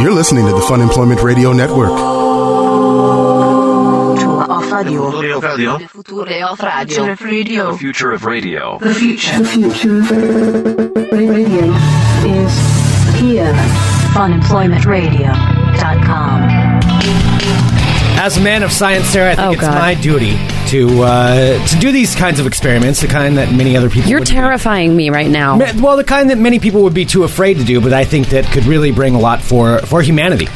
You're listening to the Fun Employment Radio Network. Future of radio. The Future of radio. radio. future of radio. The future. future radio is here. FunemploymentRadio.com. As a man of science, Sarah, I think Oh, it's God. my duty to uh, to do these kinds of experiments, the kind that many other people. You're would do. terrifying me right now. Ma- Well, the kind that many people would be too afraid to do, but I think that could really bring a lot for for humanity.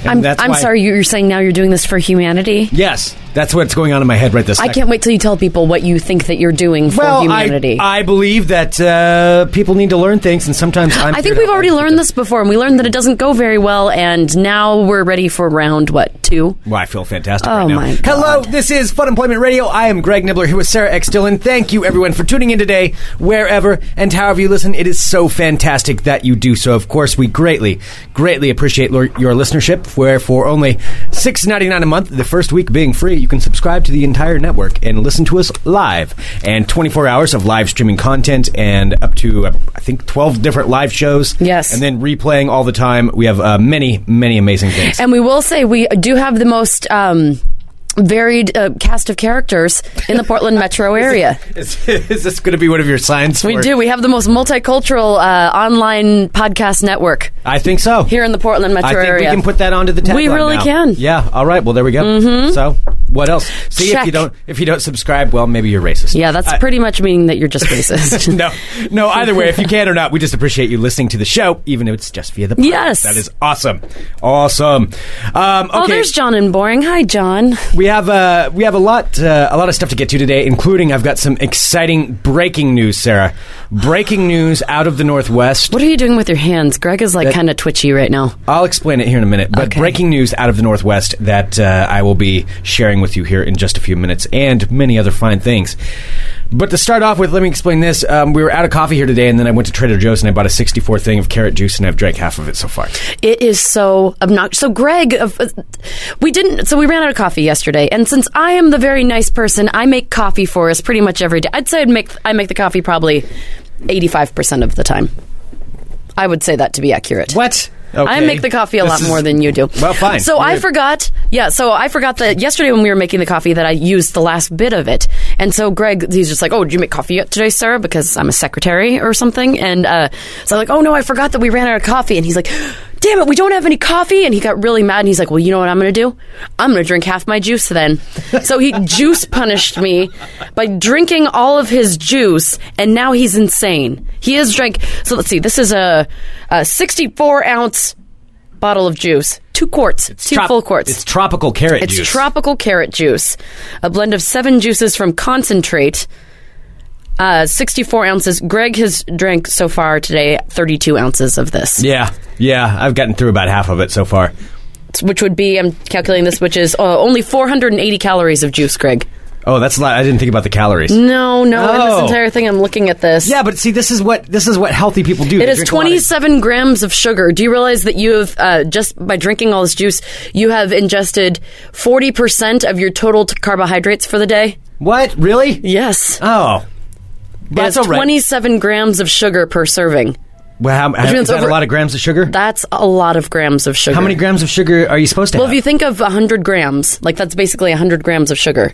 And I'm, that's I'm why- sorry, you- you're saying now you're doing this for humanity? Yes, that's what's going on in my head right this. I second. can't wait till you tell people what you think that you're doing for Well, I- humanity. I, believe that uh, people need to learn things, and sometimes I'm. I here think to we've already argue with learned them. this before, and we learned that it doesn't go very well, and now we're ready for round, what, two? Well, I feel fantastic Oh, right now. my Hello, God. this is Fun Employment Radio. I am Greg Nibbler here with Sarah X. Dillon. Thank you, everyone, for tuning in today, wherever and however you listen. It is so fantastic that you do so. Of course, we greatly, greatly appreciate lo- your listenership, where for only six ninety nine a month, the first week being free, you can subscribe to the entire network and listen to us live. And 24 hours of live streaming content and up to, uh, I think, 12 different live shows. Yes. And then replaying all the time. We have uh, many, many amazing things. And we will say we do have the most um, varied uh, cast of characters in the Portland metro area. Is, is this going to be one of your signs? We for- do. We have the most multicultural uh, online podcast network I think so. here in the Portland metro I think area. we can put that onto the tagline. We really now. can. Mm-hmm. Yeah. All right. Well, there we go. So, what else? See if Check. you don't if you don't subscribe. Well, maybe you're racist. yeah, that's I- pretty much meaning that you're just racist. No, no. Either way, if you can or not, we just appreciate you listening to the show, even if it's just via the podcast. Yes. that is awesome, awesome. Um, okay. Oh, there's John and Boring. Hi, John. We have uh, we have a lot uh, a lot of stuff to get to today, including I've got some exciting breaking news, Sarah. Breaking news out of the northwest. What are you doing with your hands? Greg is like That- kind of twitchy right now. I'll explain it here in a minute. But Okay. breaking news out of the Northwest that uh, I will be sharing with you here in just a few minutes, and many other fine things. But to start off with, let me explain this. Um, we were out of coffee here today, and then I went to Trader Joe's and I bought a 64 thing of carrot juice, and I've drank half of it so far. It is so obnoxious. So Greg, of- uh, we didn't. So we ran out of coffee yesterday, and since I am the very nice person, I make coffee for us pretty much every day. I'd say I'd make I make the coffee probably eighty five percent of the time. I would say that to be accurate. What? I Okay. make the coffee a This lot is- more than you do. Well, fine. So I You're- forgot. Yeah, so I forgot that yesterday when we were making the coffee that I used the last bit of it. And so Greg, he's just like, "Oh, did you make coffee yet today, sir?" Because I'm a secretary or something. And uh, so I'm like, "Oh no, I forgot that we ran out of coffee." And he's like. Damn it, we don't have any coffee. And he got really mad and he's like, Well, you know what I'm going to do? I'm going to drink half my juice then. so he juice punished me by drinking all of his juice, and now he's insane. He has drank, so let's see, this is a, a 64 ounce bottle of juice, two quarts, two Trop- full quarts. It's tropical carrot It's juice. tropical carrot juice, a blend of seven juices from concentrate. Uh, 64 ounces. Greg has drank so far today 32 ounces of this, yeah, yeah. I've gotten through about half of it so far. which would be, I'm calculating this, which is uh, only 480 calories of juice, Greg. Oh, that's a lot. I didn't think about the calories. No, no, in Oh. this entire thing, I'm looking at this. Yeah, but see, this is what this is what healthy people do. It They is drink a lot of- 27 grams of sugar. Do you realize that you have, uh, just by drinking all this juice, you have ingested 40% of your total t- carbohydrates for the day? What? Really? Yes. Oh. It That's has all right. 27 grams of sugar per serving. Well, how, how, means is that over- a lot of grams of sugar? That's a lot of grams of sugar. how many grams of sugar are you supposed to Well, if have? you think of 100 grams, like that's basically 100 grams of sugar.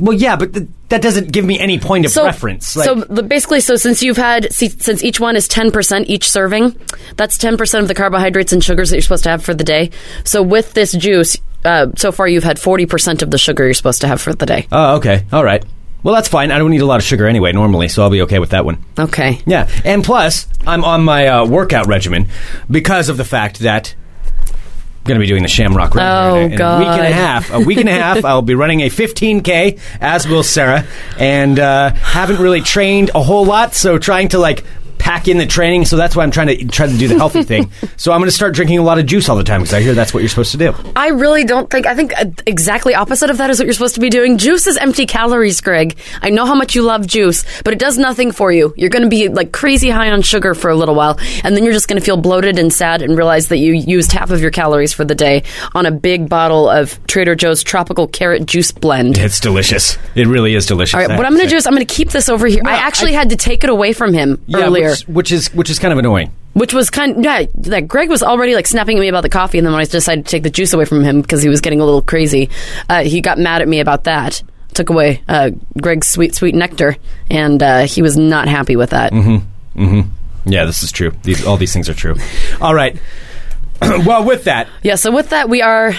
well, yeah, but th- that doesn't give me any point of So, reference. Like, so the, basically, so since you've had, see, since each one is 10% each serving, that's 10% of the carbohydrates and sugars that you're supposed to have for the day. So with this juice, uh, so far you've had 40% of the sugar you're supposed to have for the day. oh, okay, all right. Well, that's fine. I don't need a lot of sugar anyway, normally, so I'll be okay with that one. Okay. Yeah, and plus, I'm on my uh, workout regimen because of the fact that I'm going to be doing the Shamrock Run. Oh, here in a, in a week and a God. half. A week and a half. I'll be running a 15k, as will Sarah, and uh, haven't really trained a whole lot, so trying to like pack in the training. So that's why I'm trying to try to do the healthy thing. So I'm going to start drinking a lot of juice all the time because I hear that's what you're supposed to do. I really don't think. I think uh, exactly opposite of that is what you're supposed to be doing. Juice is empty calories, Greg. I know how much you love juice, but it does nothing for you. You're going to be like crazy high on sugar for a little while, and then you're just going to feel bloated and sad and realize that you used half of your calories for the day on a big bottle of Trader Joe's tropical carrot juice blend. It's delicious. It really is delicious. All right, what I'm going to do is I'm going to keep this over here. I Yeah, actually I- had to take it away from him yeah, which, earlier. which is which is kind of annoying. Which was kind yeah, that Greg was already like snapping at me about the coffee, and then when I decided to take the juice away from him because he was getting a little crazy, uh, he got mad at me about that. Took away uh, Greg's sweet, sweet nectar, and uh, he was not happy with that. Mm-hmm. Yeah, this is true. These, all these things are true. All right. well, with that, Yeah, so with that, we are.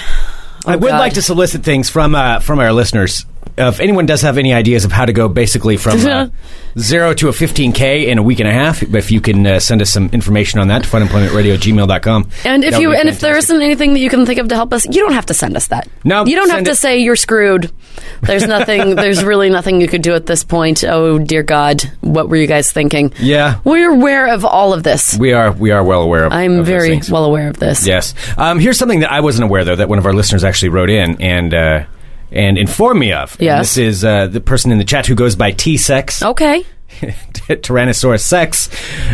I would Oh, God. like to solicit things from uh, from our listeners. Uh, if anyone does have any ideas of how to go basically from uh, zero to a 15K in a week and a half, if you can uh, send us some information on that to funemploymentradio@gmail.com. And if that would you be and if there fantastic. isn't anything that you can think of to help us, you don't have to send us that. No, you don't have send to it. say you're screwed. There's nothing. there's really nothing you could do at this point. Oh dear God, what were you guys thinking? Yeah. we're aware of all of this. We are, we are well aware of of I'm those very things. well aware of this. Yes. Um, here's something that I wasn't aware though that one of our listeners actually wrote in and uh, and informed me of. And Yes. this is uh, the person in the chat who goes by T Sex. Okay. Tyrannosaurus Sex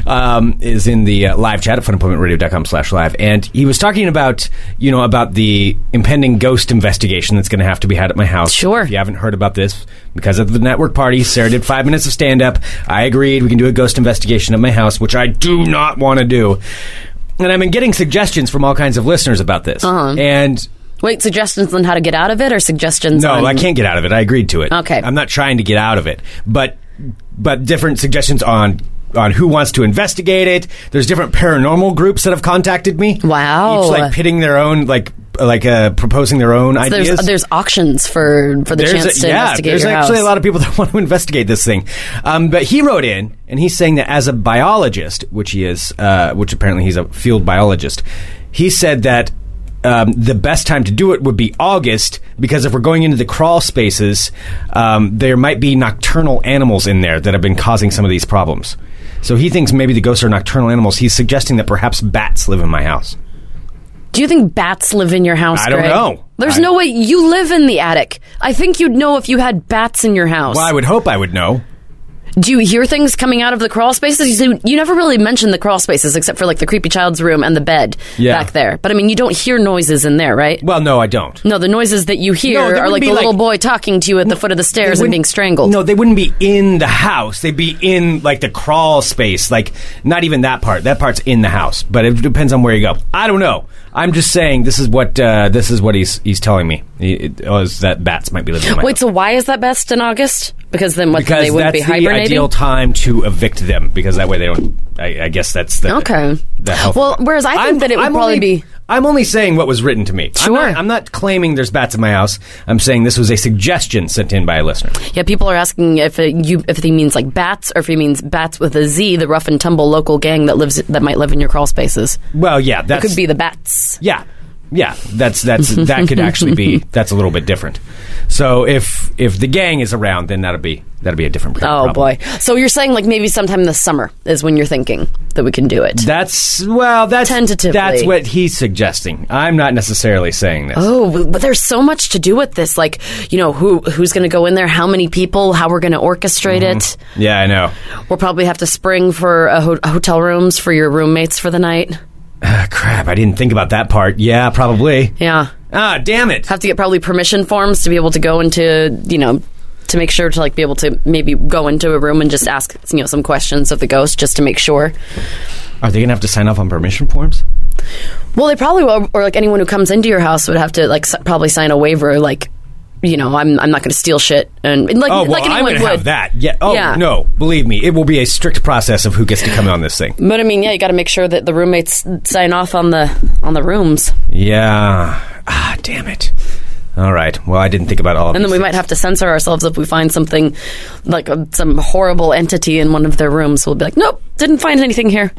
um, is in the uh, live chat at funemploymentradio.com slash live. And he was talking about, you know, about the impending ghost investigation that's going to have to be had at my house. Sure. If you haven't heard about this, because of the network party, Sarah did five minutes of stand up. I agreed we can do a ghost investigation at my house, which I do not want to do. And I've been getting suggestions from all kinds of listeners about this. Uh-huh. And Wait, suggestions on how to get out of it, or suggestions? no, on- I can't get out of it. I agreed to it. Okay. I'm not trying to get out of it, but but different suggestions on on who wants to investigate it. There's different paranormal groups that have contacted me. Wow. each like pitting their own like like uh, proposing their own So ideas. There's there's auctions for for the There's chance a- to yeah, investigate there's your actually house. a lot of people that want to investigate this thing. Um, but he wrote in, and he's saying that as a biologist, which he is, uh, which apparently he's a field biologist, he said that um, the best time to do it would be August because if we're going into the crawl spaces, um, there might be nocturnal animals in there that have been causing some of these problems. So he thinks maybe the ghosts are nocturnal animals. He's suggesting that perhaps bats live in my house. Do you think bats live in your house? I don't Greg? know. There's I- no way you live in the attic. I think you'd know if you had bats in your house. Well, I would hope I would know. Do you hear things coming out of the crawl spaces? You, you never really mentioned the crawl spaces except for like the creepy child's room and the bed Yeah. back there. But I mean, you don't hear noises in there, right? Well, no, I don't. no, the noises that you hear No, there are would like be, the little like- boy talking to you at the foot of the stairs and wouldn't- being strangled. No, they wouldn't be in the house. They'd be in like the crawl space. Like not even that part. That part's in the house, but it depends on where you go. I don't know. I'm just saying this is what uh, this is what he's he's telling me. He, it, oh, is that bats might be living in my Wait, house. so why is that best in August? Because then what because they wouldn't that's be the hibernating. ideal time to evict them because that way they don't. I, I guess that's the Okay. The health Well, whereas I think that it would probably only, be- I'm only saying what was written to me. I'm Sure. not, I'm not claiming there's bats in my house. I'm saying this was a suggestion sent in by a listener. yeah, people are asking if it, you if he means like bats or if he means bats with a Z, the rough and tumble local gang that lives that might live in your crawl spaces. Well, yeah, that Could be the bats. Yeah, yeah. That's that's that could actually be that's a little bit different. So if if the gang is around, then that'll be that'll be a different. kind of Oh problem. boy! So you're saying like maybe sometime this summer is when you're thinking that we can do it. That's well. That's Tentatively. That's what he's suggesting. I'm not necessarily saying this. Oh, but there's so much to do with this. Like, you know, who who's going to go in there? How many people? How we're going to orchestrate Mm-hmm. Yeah, I know. it? We'll probably have to spring for a ho- hotel rooms for your roommates for the night. Ah, crap, I didn't think about that part. Yeah, probably. Yeah, Ah, damn it. have to get probably permission forms to be able to go into you know to make sure to like be able to maybe go into a room and just ask you know some questions of the ghost just to make sure. Are they gonna have to sign off on permission forms? Well, they probably will, or like anyone who comes into your house would have to like s- probably sign a waiver, like you know, I'm I'm not going to steal shit, and, and like Oh well, like I'm anyone gonna would. have that. Yeah. Oh Yeah. no, believe me, it will be a strict process of who gets to come on this thing. But I mean, yeah, you got to make sure that the roommates sign off on the on the rooms, Yeah. Ah, damn it. All right. Well, I didn't think about all of and then these we might things. have to censor ourselves if we find something like uh, some horrible entity in one of their rooms. We'll be like, nope, didn't find anything here.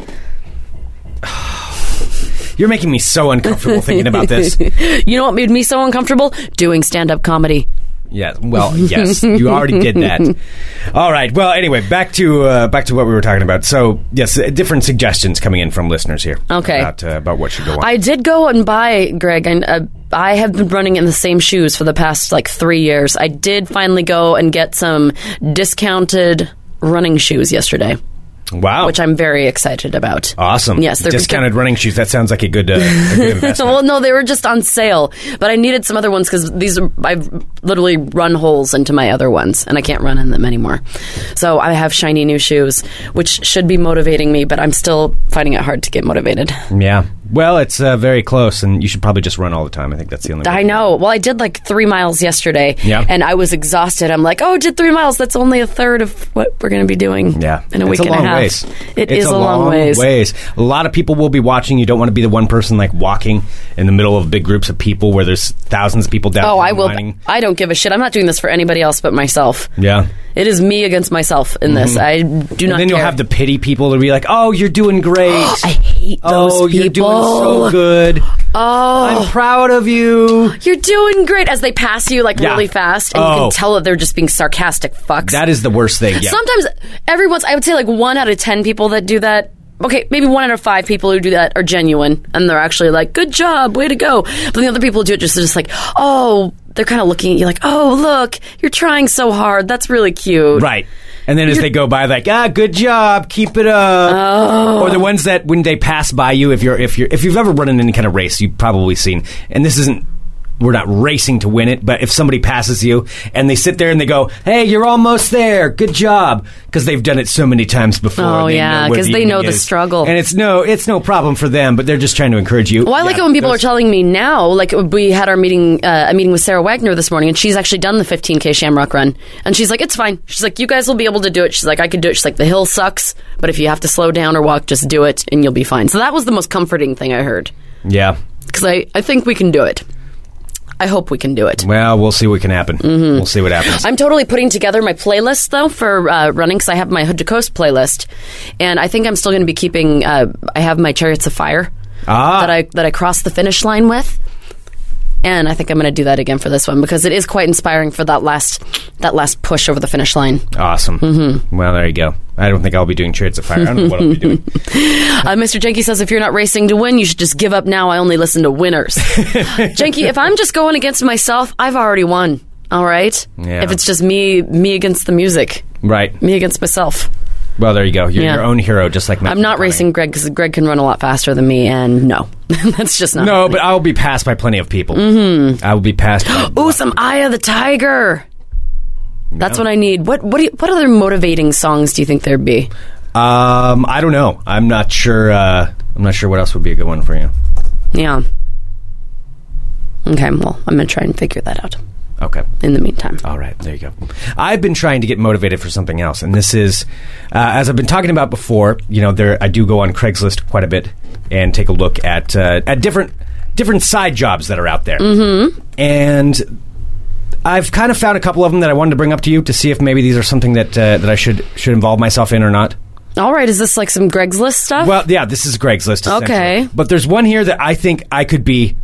You're making me so uncomfortable thinking about this. You know what made me so uncomfortable? Doing stand up comedy. Yeah. Well, yes, you already did that. All right. Well, anyway, back to uh, back to what we were talking about. So, yes, uh, different suggestions coming in from listeners here. Okay. About uh, about what should go on. I did go and buy Greg, and uh, I have been running in the same shoes for the past like three years. I did finally go and get some discounted running shoes yesterday. Wow. which I'm very excited about. Awesome. Yes, they're discounted running shoes. That sounds like a good, uh, a good investment. well, no, they were just on sale, but I needed some other ones because these are I've literally run holes into my other ones, and I can't run in them anymore. So I have shiny new shoes, which should be motivating me, but I'm still finding it hard to get motivated. Yeah. Well, it's uh, very close, and you should probably just run all the time. I think that's the only. way. I know. Well, I did like three miles yesterday, Yeah. and I was exhausted. I'm like, oh, I did three miles. That's only a third of what we're going to be doing. Yeah, in a it's week a and long a half. ways. It it's is a long, ways. A lot of people will be watching. You don't want to be the one person like walking in the middle of big groups of people where there's thousands of people down. Oh, I will. lining. I don't give a shit. I'm not doing this for anybody else but myself. Yeah. It is me against myself in this. I do not. Mm-hmm. And then you'll care. have the pity people to be like, "Oh, you're doing great. I hate those oh, people. you're doing so good. Oh, I'm proud of you." you're doing great as they pass you like Yeah. really fast, and you Oh. can tell that they're just being sarcastic fucks. That is the worst thing. Yeah. Sometimes everyone's. I would say like one out of ten people that do that. Okay, maybe one out of five people who do that are genuine, and they're actually like, "Good job, way to go." But the other people who do it just are just like, "Oh." They're kind of looking at you like, "Oh, look, you're trying so hard. That's really cute." Right. And then as they go by, like, ah, good job, keep it up. Oh. Or the ones that when they pass by you, if you're if you're if you've ever run in any kind of race, you've probably seen. And this isn't. We're not racing to win it, but if somebody passes you and they sit there and they go, "Hey, you're almost there. Good job," because they've done it so many times before. Oh, and they yeah, know what 'cause the they know evening the is. struggle. and it's no, it's no problem for them, but they're just trying to encourage you. Well, I like Yeah, it when people those- are telling me now. Like we had our meeting, uh, a meeting with Sarah Wagner this morning, and she's actually done the 15k Shamrock Run, and she's like, "It's fine." She's like, "You guys will be able to do it." She's like, "I could do it." She's like, "The hill sucks, but if you have to slow down or walk, just do it, and you'll be fine." So that was the most comforting thing I heard Yeah. because I, I think we can do it. I hope we can do it. Well, we'll see what can happen. Mm-hmm. We'll see what happens. I'm totally putting together my playlist though for uh, running because I have my Hood to Coast playlist, and I think I'm still going to be keeping. Uh, I have my Chariots of Fire Ah. that I that I crossed the finish line with, and I think I'm going to do that again for this one because it is quite inspiring for that last that last push over the finish line. Awesome. Mm-hmm. Well, there you go. I don't think I'll be doing Chariots of Fire. I don't know what I'll be doing. Uh, Mr. Jenke says if you're not racing to win, you should just give up now. I only listen to winners. Jenke, if I'm just going against myself, I've already won. All right. Yeah. If it's just me me against the music, Right. me against myself. Well, there you go. You're Yeah. your own hero, just like I'm not racing Greg because Greg can run a lot faster than me, and no, that's just not. No, but I will be passed by plenty of people. Mm-hmm. I will be passed. by- Ooh, some Eye of the Tiger. That's what I need. What what do you, what other motivating songs do you think there'd be? um, I don't know. I'm not sure. Uh, I'm not sure what else would be a good one for you. Yeah. Okay, well, I'm gonna try and figure that out. Okay. In the meantime, All right, there you go. I've been trying to get motivated for something else, and this is, uh, as I've been talking about before. You know, there I do go on Craigslist quite a bit and take a look at uh, at different different side jobs that are out there, mm-hmm. and I've kind of found a couple of them that I wanted to bring up to you to see if maybe these are something that uh, that I should should involve myself in or not. all right. Is this like some Greg's List stuff? Well, yeah, this is Greg's list. essentially. Okay. But there's one here that I think I could be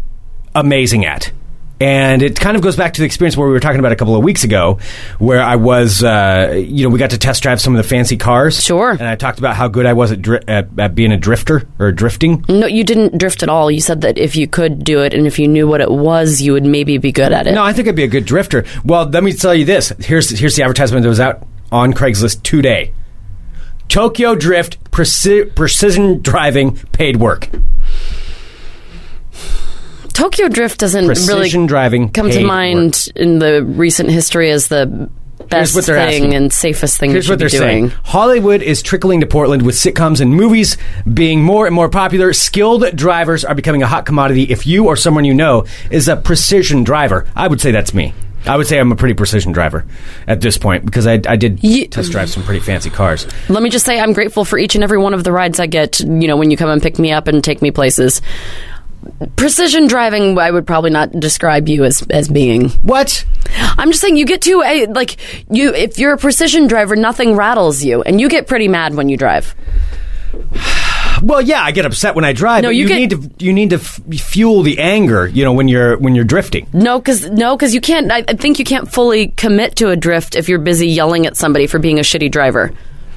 amazing at. And it kind of goes back to the experience where we were talking about a couple of weeks ago, where I was, uh, you know, we got to test drive some of the fancy cars. Sure. And I talked about how good I was at, dri- at, at being a drifter or drifting. no, you didn't drift at all. You said that if you could do it and if you knew what it was, you would maybe be good at it. No, I think I'd be a good drifter. Well, let me tell you this. Here's here's the advertisement that was out on Craigslist today. Tokyo Drift preci- precision driving paid work. Tokyo Drift doesn't Precision really driving come to paid work. mind in the recent history as the best what they're thing asking. and safest thing Here's you what should they're be doing. saying: Hollywood is trickling to Portland with sitcoms and movies being more and more popular. Skilled drivers are becoming a hot commodity. If you or someone you know is a precision driver, I would say that's me. I would say I'm a pretty precision driver at this point because I, I did Ye- test drive some pretty fancy cars. Let me just say I'm grateful for each and every one of the rides I get, you know, when you come and pick me up and take me places. Precision driving, I would probably not describe you as, as being. What? I'm just saying, you get to, a, like, you, if you're a precision driver, nothing rattles you, and you get pretty mad when you drive. Well, yeah, I get upset when I drive. No, but you you get- need to you need to f- fuel the anger. You know when you're when you're drifting. No, because no, 'cause you can't, I I think you can't fully commit to a drift if you're busy yelling at somebody for being a shitty driver.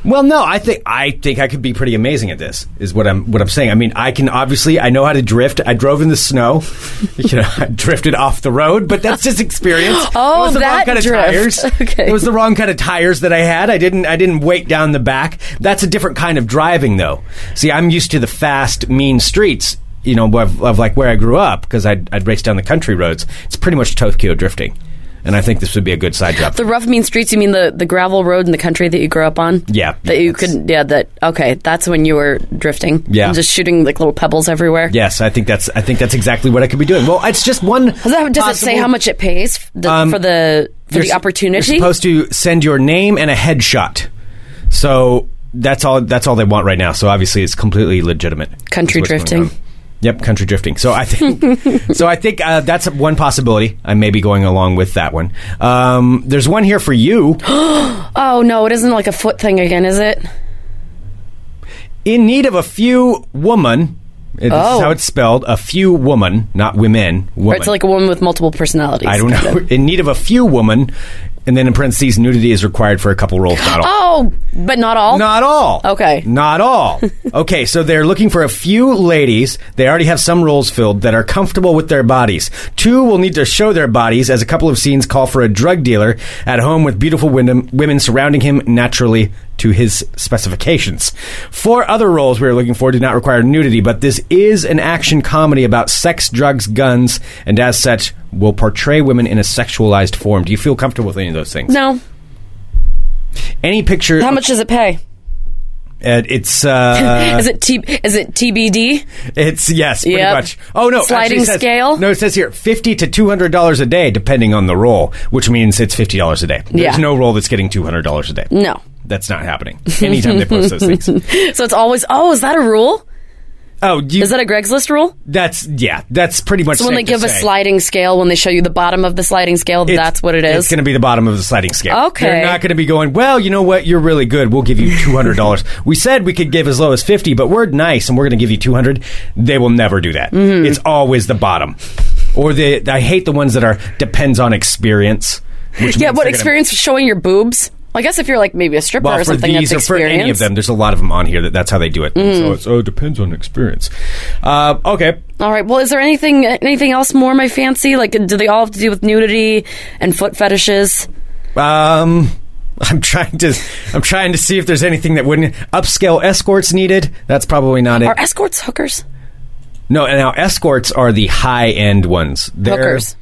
Well, no, I think I think I could be pretty amazing at this. Is what I'm what I'm saying. I mean, I can obviously I know how to drift. I drove in the snow, you know, I drifted off the road, but that's just experience. Oh, it was the that wrong kind drift. of tires. Okay. It was the wrong kind of tires that I had. I didn't I didn't weight down the back. That's a different kind of driving, though. See, I'm used to the fast, mean streets. You know, of, of like where I grew up because I'd, I'd race down the country roads. It's pretty much Tokyo drifting, and I think this would be a good side job. The rough mean streets. You mean the, the gravel road in the country that you grew up on? Yeah, that you yeah, that's- could. Yeah, that. Okay, that's when you were drifting. Yeah. and just shooting like little pebbles everywhere. Yes, I think that's I think that's exactly what I could be doing. Well, it's just one. Does, that, does it say how much it pays f- the, for the Um, for you're the s- opportunity? You're supposed to send your name and a headshot. So that's all. That's all they want right now. So obviously, it's completely legitimate. Country That's what's drifting. going on. Yep, country drifting. So I think, so I think uh, that's one possibility. I may be going along with that one. Um, there's one here for you. oh no, it isn't like a foot thing again, is it? in need of a few woman. This Oh. is how it's spelled. A few woman, not women. Woman. Or it's like a woman with multiple personalities. I don't kind know. of. In need of a few woman, and then in parentheses, nudity is required for a couple roles, not all. Oh, but not all. Not all. Okay. Not all. okay, so they're looking for a few ladies. They already have some roles filled that are comfortable with their bodies. Two will need to show their bodies as a couple of scenes call for a drug dealer at home with beautiful win- women surrounding him naturally to his specifications. Four other roles we are looking for do not require nudity, but this is an action comedy about sex, drugs, guns, and as such, will portray women in a sexualized form. Do you feel comfortable with any of those things? No. Any picture. How much does it pay? Uh, it's. Uh, is it t- is it TBD? It's yes, pretty Yep. much. Oh no, actually, Sliding it says- scale? No, it says here fifty to two hundred dollars a day, depending on the role, which means it's fifty dollars a day. There's Yeah. no role that's getting two hundred dollars a day. No. That's not happening. Anytime they post those things. So it's always. Oh, is that a rule? Oh, you, Is that a Greg's List rule? that's yeah. That's pretty much. So when safe they to give a say. sliding scale, when they show you the bottom of the sliding scale, It's- that's what it It's is. going to be the bottom of the sliding scale. Okay. They're not going to be going. Well, you know what? You're really good. We'll give you two hundred dollars. we said we could give as low as fifty, but we're nice and we're going to give you two hundred. They will never do that. Mm-hmm. It's always the bottom. Or the I hate the ones that are depends on experience. which yeah, means what they're gonna- experience showing your boobs? Well, I guess if you're like maybe a stripper well, or for something, these or that's for experience. Mm. any of them, there's a lot of them on here that that's how they do it. So it's oh, it depends on experience. Uh, okay, All right. Well, is there anything anything else more my fancy? Like, do they all have to do with nudity and foot fetishes? Um, I'm trying to I'm trying to see if there's anything that wouldn't upscale escorts needed. That's probably not it. Are escorts hookers? no, and now escorts are the high end ones. They're- Hookers.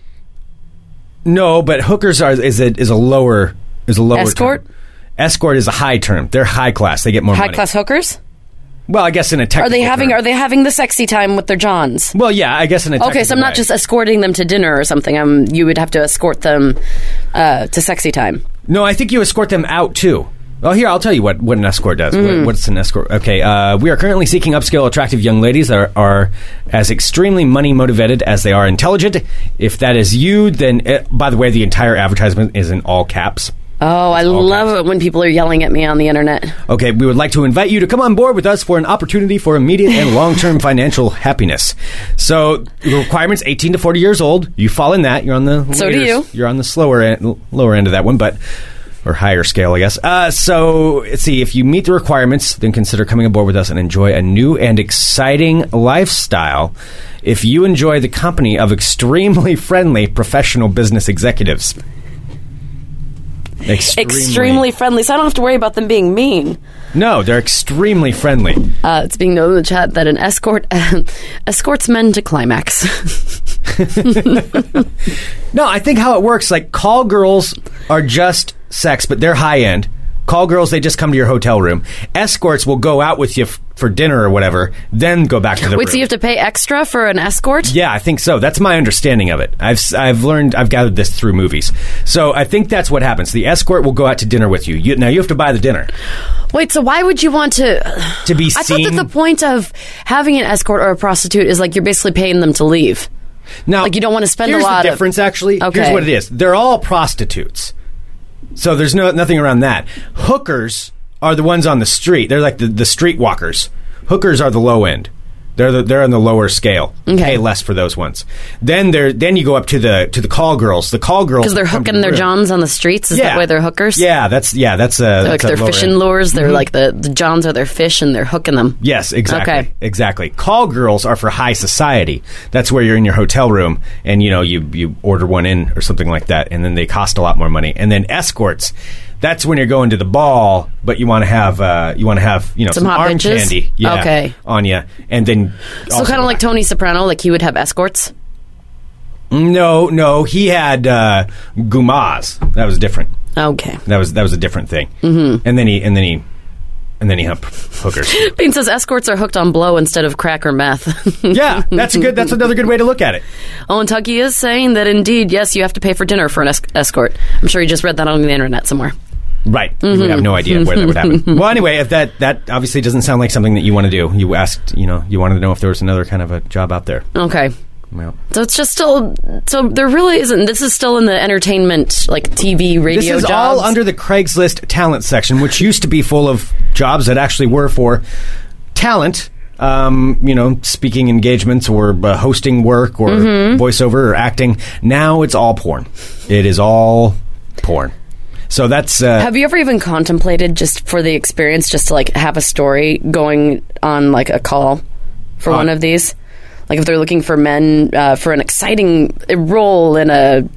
No, but hookers are is a is a lower is a lower Escort? term. Escort is a high term. They're high class. They get more High money. class hookers? Well, I guess in a Are technical they having term. Are they having the sexy time with their johns? Well, yeah, I guess in a Okay, so I'm not just escorting them to dinner or something. I'm you would have to escort them uh, to sexy time. No, I think you escort them out too. Oh, here, I'll tell you what, what an escort does. What, what's an escort? Okay, uh, we are currently seeking upscale, attractive young ladies that are, are as extremely money motivated as they are intelligent. If that is you, then, uh by the way, the entire advertisement is in all caps. Oh, I love it when people are yelling at me on the internet. Okay, we would like to invite you to come on board with us for an opportunity for immediate and long term financial happiness. So, the requirements 18 to 40 years old. You fall in that. You're on the So do later- you. You're on the slower end, lower end of that one, but or higher scale, I guess. Uh, so, let's see if you meet the requirements, then consider coming aboard with us and enjoy a new and exciting lifestyle. If you enjoy the company of extremely friendly professional business executives. Extremely. Extremely friendly, so I don't have to worry about them being mean. No, they're extremely friendly. Uh, it's being noted in the chat that an escort escorts men to climax. No, I think how it works, like call girls are just sex, but they're high end. Call girls, they just come to your hotel room. Escorts will go out with you f- for dinner or whatever, then go back to the Wait, room. so you have to pay extra for an escort? yeah, I think so. That's my understanding of it. I've s- I've learned I've gathered this through movies. So I think that's what happens. The escort will go out to dinner with you. you now you have to buy the dinner Wait, so why would you want to? to be I seen. thought that the point of having an escort or a prostitute is like you're basically paying them to leave. Now, Like, you don't wanna spend a here's lot The of- difference, actually, here's Okay. what it is: they're all prostitutes, so there's no nothing around that. Hookers are the ones on the street; they're like the, the street walkers. Hookers are the low end. They're the, they're on the lower scale. Okay. Pay less for those ones. Then there then you go up to the to the call girls. The call girls Because they're come hooking their through. johns on the streets. Is Yeah. that why they're hookers? Yeah, that's yeah, that's a Like that's a their lower Mm-hmm. fishing end. lures. They're like the, the johns are their fish and they're hooking them. Yes, exactly. Okay. Exactly. Call girls are for high society. That's where you're in your hotel room and you know you you order one in or something like that and then they cost a lot more money. And then escorts, that's when you're going to the ball, but you want to have uh, you want to have, you know, Some some, hot arm bitches? candy yeah, Okay. on you. And then So kind of like Tony Soprano, like he would have escorts. No, no, he had uh gumas. That was different. Okay. That was that was a different thing. Mm-hmm. And then he and then he and then he had hookers. Bean says escorts are hooked on blow instead of crack or meth. yeah, that's a good that's another good way to look at it. Owen Tucky is saying that indeed, yes, you have to pay for dinner for an es- escort. I'm sure you just read that on the internet somewhere. Right. You would have Mm-hmm. no idea where that would happen. well, anyway, if that that obviously doesn't sound like something that you want to do. You asked, you know, you wanted to know if there was another kind of a job out there. Okay. Well, So it's just still, so there really isn't, this is still in the entertainment, like TV, radio this is all jobs. under the Craigslist talent section, which used to be full of jobs that actually were for talent. Um, you know, speaking engagements or uh, hosting work or Mm-hmm. voiceover or acting. Now it's all porn. It is all porn. So that's uh, Have you ever even contemplated just for the experience, just to like have a story going on like a call for Uh, one of these? Like if they're looking for men uh, for an exciting role in a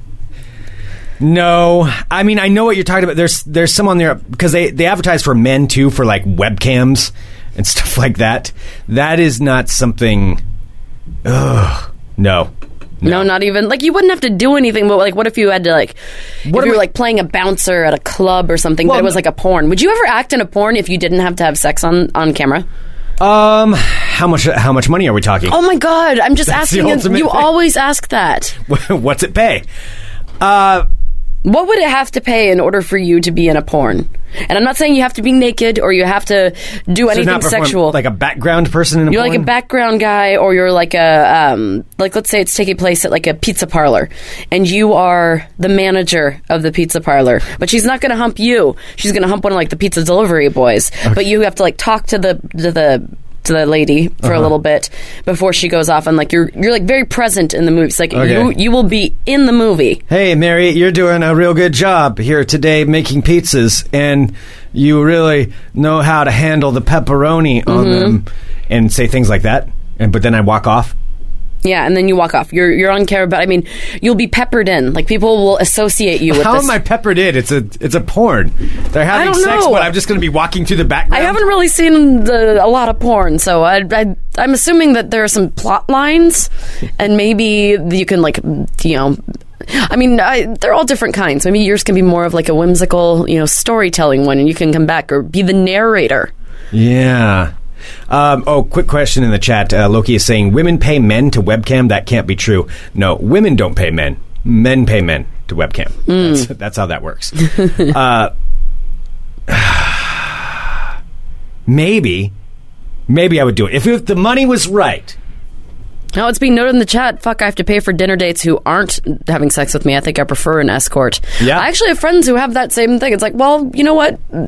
No, I mean I know what you're talking about. There's there's some on there because they they advertise for men too for like webcams and stuff like that. That is not something. Ugh, no. no. not even like you wouldn't have to do anything. But like, what if you had to like, What if you am were I- like playing a bouncer at a club or something? Well, but it was no- like a porn. Would you ever act in a porn if you didn't have to have sex on on camera? Um, how much how much money are we talking? Oh my god, I'm just That's the asking. You, ultimate you thing. always ask that. What's it pay? Uh, What would it have to pay in order for you to be in a porn? And I'm not saying you have to be naked or you have to do so anything not perform- sexual. like a background person in a you're like porn? a background guy or you're like a um, like let's say it's taking place at like a pizza parlor and you are the manager of the pizza parlor but she's not going to hump you she's going to hump one of like the pizza delivery boys but you have to like talk to the to the to the lady for Uh-huh. a little bit before she goes off and like you're you're like very present in the movie it's like Okay. you you will be in the movie Hey, Mary, you're doing a real good job here today making pizzas, and you really know how to handle the pepperoni Mm-hmm. on them and say things like that. And but then I walk off. Yeah, and then you walk off. You're you're on camera, but I mean, you'll be peppered in. Like people will associate you with How this. am I peppered in? It's a it's a porn. They're having don't sex, know. but I'm just going to be walking through the I background. haven't really seen the, a lot of porn, so I, I I'm assuming that there are some plot lines, and maybe you can like you know. I mean, I, they're all different kinds. Maybe yours can be more of like a whimsical, you know, storytelling one, and you can come back or be the narrator. Yeah. Um, oh, quick question in the chat. Uh, Loki is saying women pay men to webcam. That can't be true. No, women don't pay men. Men pay men to webcam. Hmm. That's, that's how that works. uh, maybe, maybe I would do it if, if the money was right. Now it's being noted in the chat. Fuck, I have to pay for dinner dates who aren't having sex with me. I think I prefer an escort. Yeah. I actually have friends who have that same thing. It's like, well, you know what? Uh,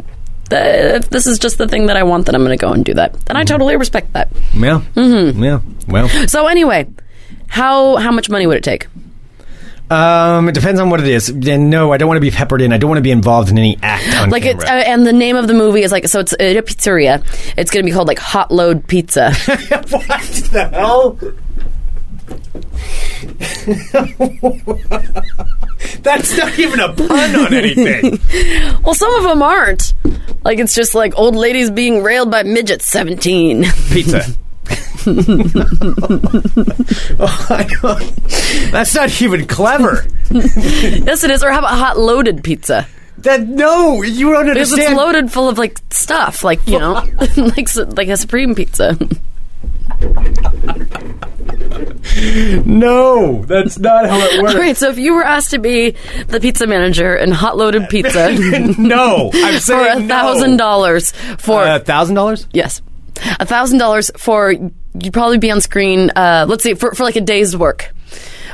If this is just the thing that I want, then I'm going to go and do that, and I totally respect that. Yeah. Mm-hmm. Yeah. Well, So anyway, how how much money would it take? um, it depends on what it is. And no, I don't want to be peppered in. I don't want to be involved in any act on Like it's camera. uh, and the name of the movie is like so it's at a pizzeria. It's going to be called like Hot Load Pizza. what the hell? That's not even a pun on anything. well, some of them aren't. Like it's just like old ladies being railed by midgets seventeen. Pizza. oh, I don't- That's not even clever. yes, it is. Or how about Hot Loaded Pizza? That no, you don't Because it's understand. loaded full of like stuff, like you know, like s- like a supreme pizza. No, that's not how it All works. right, so if you were asked to be the pizza manager in hot loaded pizza no, Uh, I'm for saying a thousand dollars for A thousand dollars? yes, a thousand dollars for you'd probably be on screen. Uh, let's say for for like a day's work,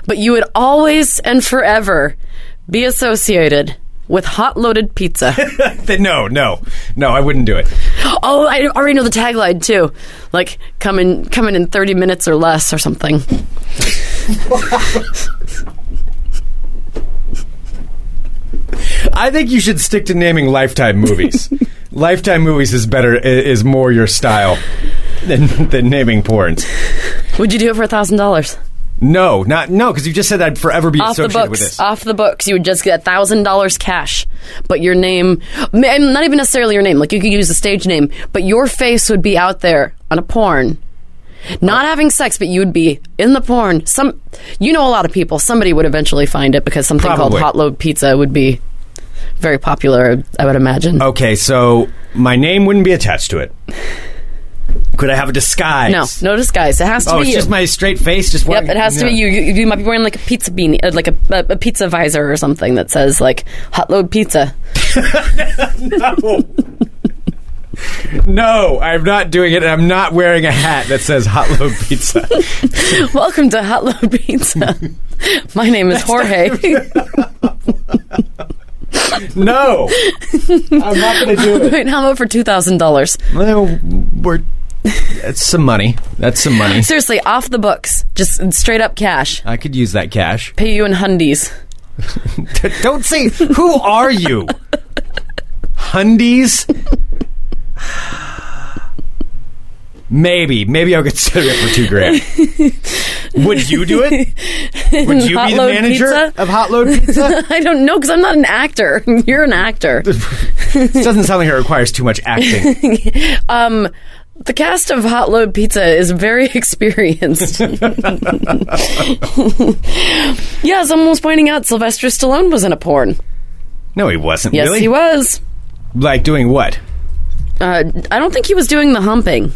but you would always and forever be associated with hot loaded pizza. Then no, no, no, I wouldn't do it. oh, I already know the tagline too. Like come in, come in in thirty minutes or less or something. I think you should stick to naming Lifetime movies. Lifetime movies is better i- is more your style than than naming porns. Would you do it for a thousand dollars? No, not no, because you just said I'd forever be off the associated with books this. off the books you would just get thousand dollars cash but your name m- and not even necessarily your name like you could use a stage name but your face would be out there on a porn not having sex but you would be in the porn some you know a lot of people somebody would eventually find it because something Probably. called hot load pizza would be very popular i would imagine Okay, so my name wouldn't be attached to it. Could I have a disguise? no no disguise it has to Oh, be it's you just my straight face. Just Yep, it has to be you. you. You might be wearing like a pizza beanie, uh, like a, a, a pizza visor or something that says like "hot load pizza." No. no, I'm not doing it. and I'm not wearing a hat that says Hot Load Pizza. Welcome to Hot Load Pizza. My name is Jorge. no, I'm not going to do it. Wait, how about for two thousand dollars? Well, we're that's some money. That's some money. Seriously, off the books, just straight up cash. I could use that cash. Pay you in hundies. Don't say who are you, Hundies. Maybe, maybe I'll consider it for two grand. Would you do it? Would you Hot be the Load manager Pizza? of Hot Load Pizza? I don't know because I'm not an actor. You're an actor. This doesn't sound like it requires too much acting. Um, the cast of Hot Load Pizza is very experienced. yeah, someone was pointing out Sylvester Stallone was in a porn. No, he wasn't. Yes, really? he was. Like doing what? Uh, I don't think he was doing the humping.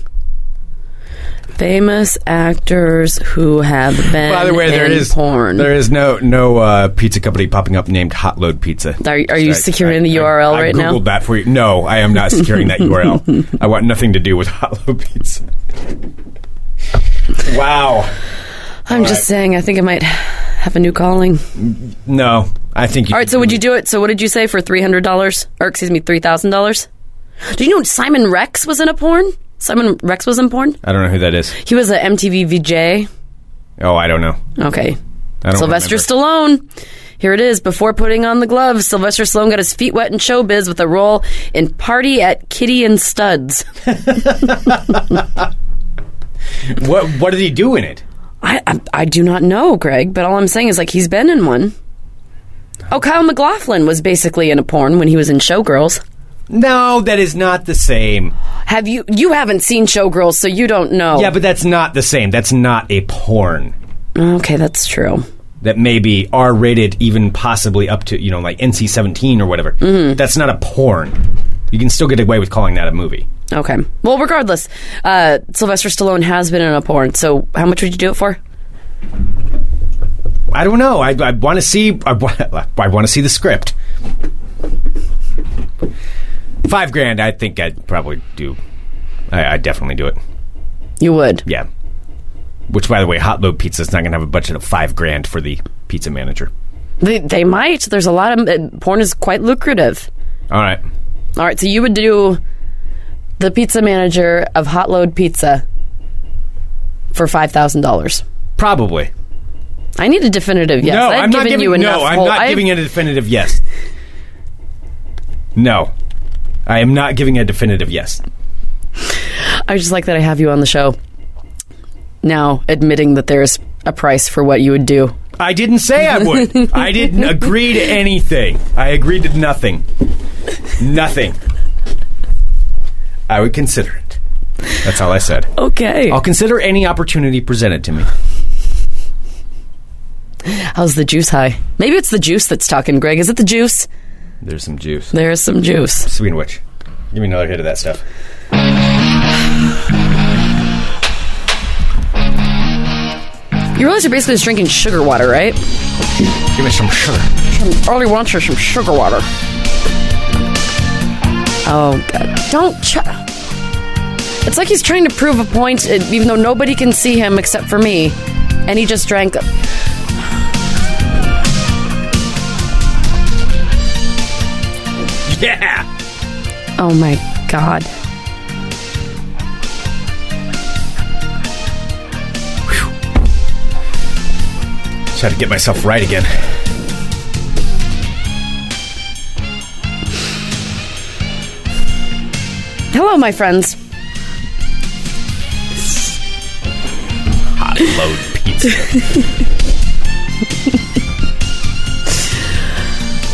Famous actors who have been By the way, there in is porn. There is no no uh, pizza company popping up named Hot Load Pizza. Are- are you securing the I- URL I right now? googled that for you. No, I am not securing that URL. I want nothing to do with Hot Load Pizza. wow. I'm just right. saying. I think I might have a new calling. No, I think. You All right. So would you do it? So what did you say for three hundred dollars? Or excuse me, three thousand dollars? Do you know Simon Rex was in a porn? Simon Rex was in porn. I don't know who that is. He was a MTV VJ. Oh, I don't know. Okay. I don't Sylvester remember. Stallone. Here it is. Before putting on the gloves, Sylvester Stallone got his feet wet in showbiz with a role in Party at Kitty and Studs. What What did he do in it? I, I I do not know, Greg, but all I'm saying is like he's been in one. Oh, Kyle McLaughlin was basically in a porn when he was in Showgirls. No, that is not the same. Have you you haven't seen Showgirls, so you don't know. Yeah, but that's not the same. That's not a porn. okay, that's true. that may be R rated, even possibly up to you know like NC seventeen or whatever. Mm-hmm. That's not a porn. You can still get away with calling that a movie. Okay. Well, regardless, uh, Sylvester Stallone has been in a porn. So, how much would you do it for? I don't know. I, I want to see. I, wa- I want to see the script. Five grand. I think I'd probably do. I, I'd definitely do it. You would. Yeah. Which, by the way, Hot Load Pizza is not going to have a budget of five grand for the pizza manager. They, they might. There's a lot of uh, porn is quite lucrative. All right. All right, so you would do the pizza manager of Hot Load Pizza for five thousand dollars. Probably. I need a definitive yes. no, I've am given not giving you enough. No, I'm whole- not I've- giving a definitive yes. No, I am not giving a definitive yes. I just like that I have you on the show now, admitting that there is a price for what you would do. I didn't say I would. I didn't agree to anything. I agreed to nothing. Nothing. I would consider it. That's all I said. Okay. I'll consider any opportunity presented to me. How's the juice high? Maybe it's the juice that's talking, Greg. Is it the juice? There's some juice. There is some juice. Speaking of which, give me another hit of that stuff. You realize you're basically just drinking sugar water, right? Give me some sugar. Early wants her some sugar water. Oh, God. Don't. Ch- it's like he's trying to prove a point, uh, even though nobody can see him except for me. And he just drank. Yeah. Oh my god. Just had to get myself right again. Hello, my friends. Hot load pizza.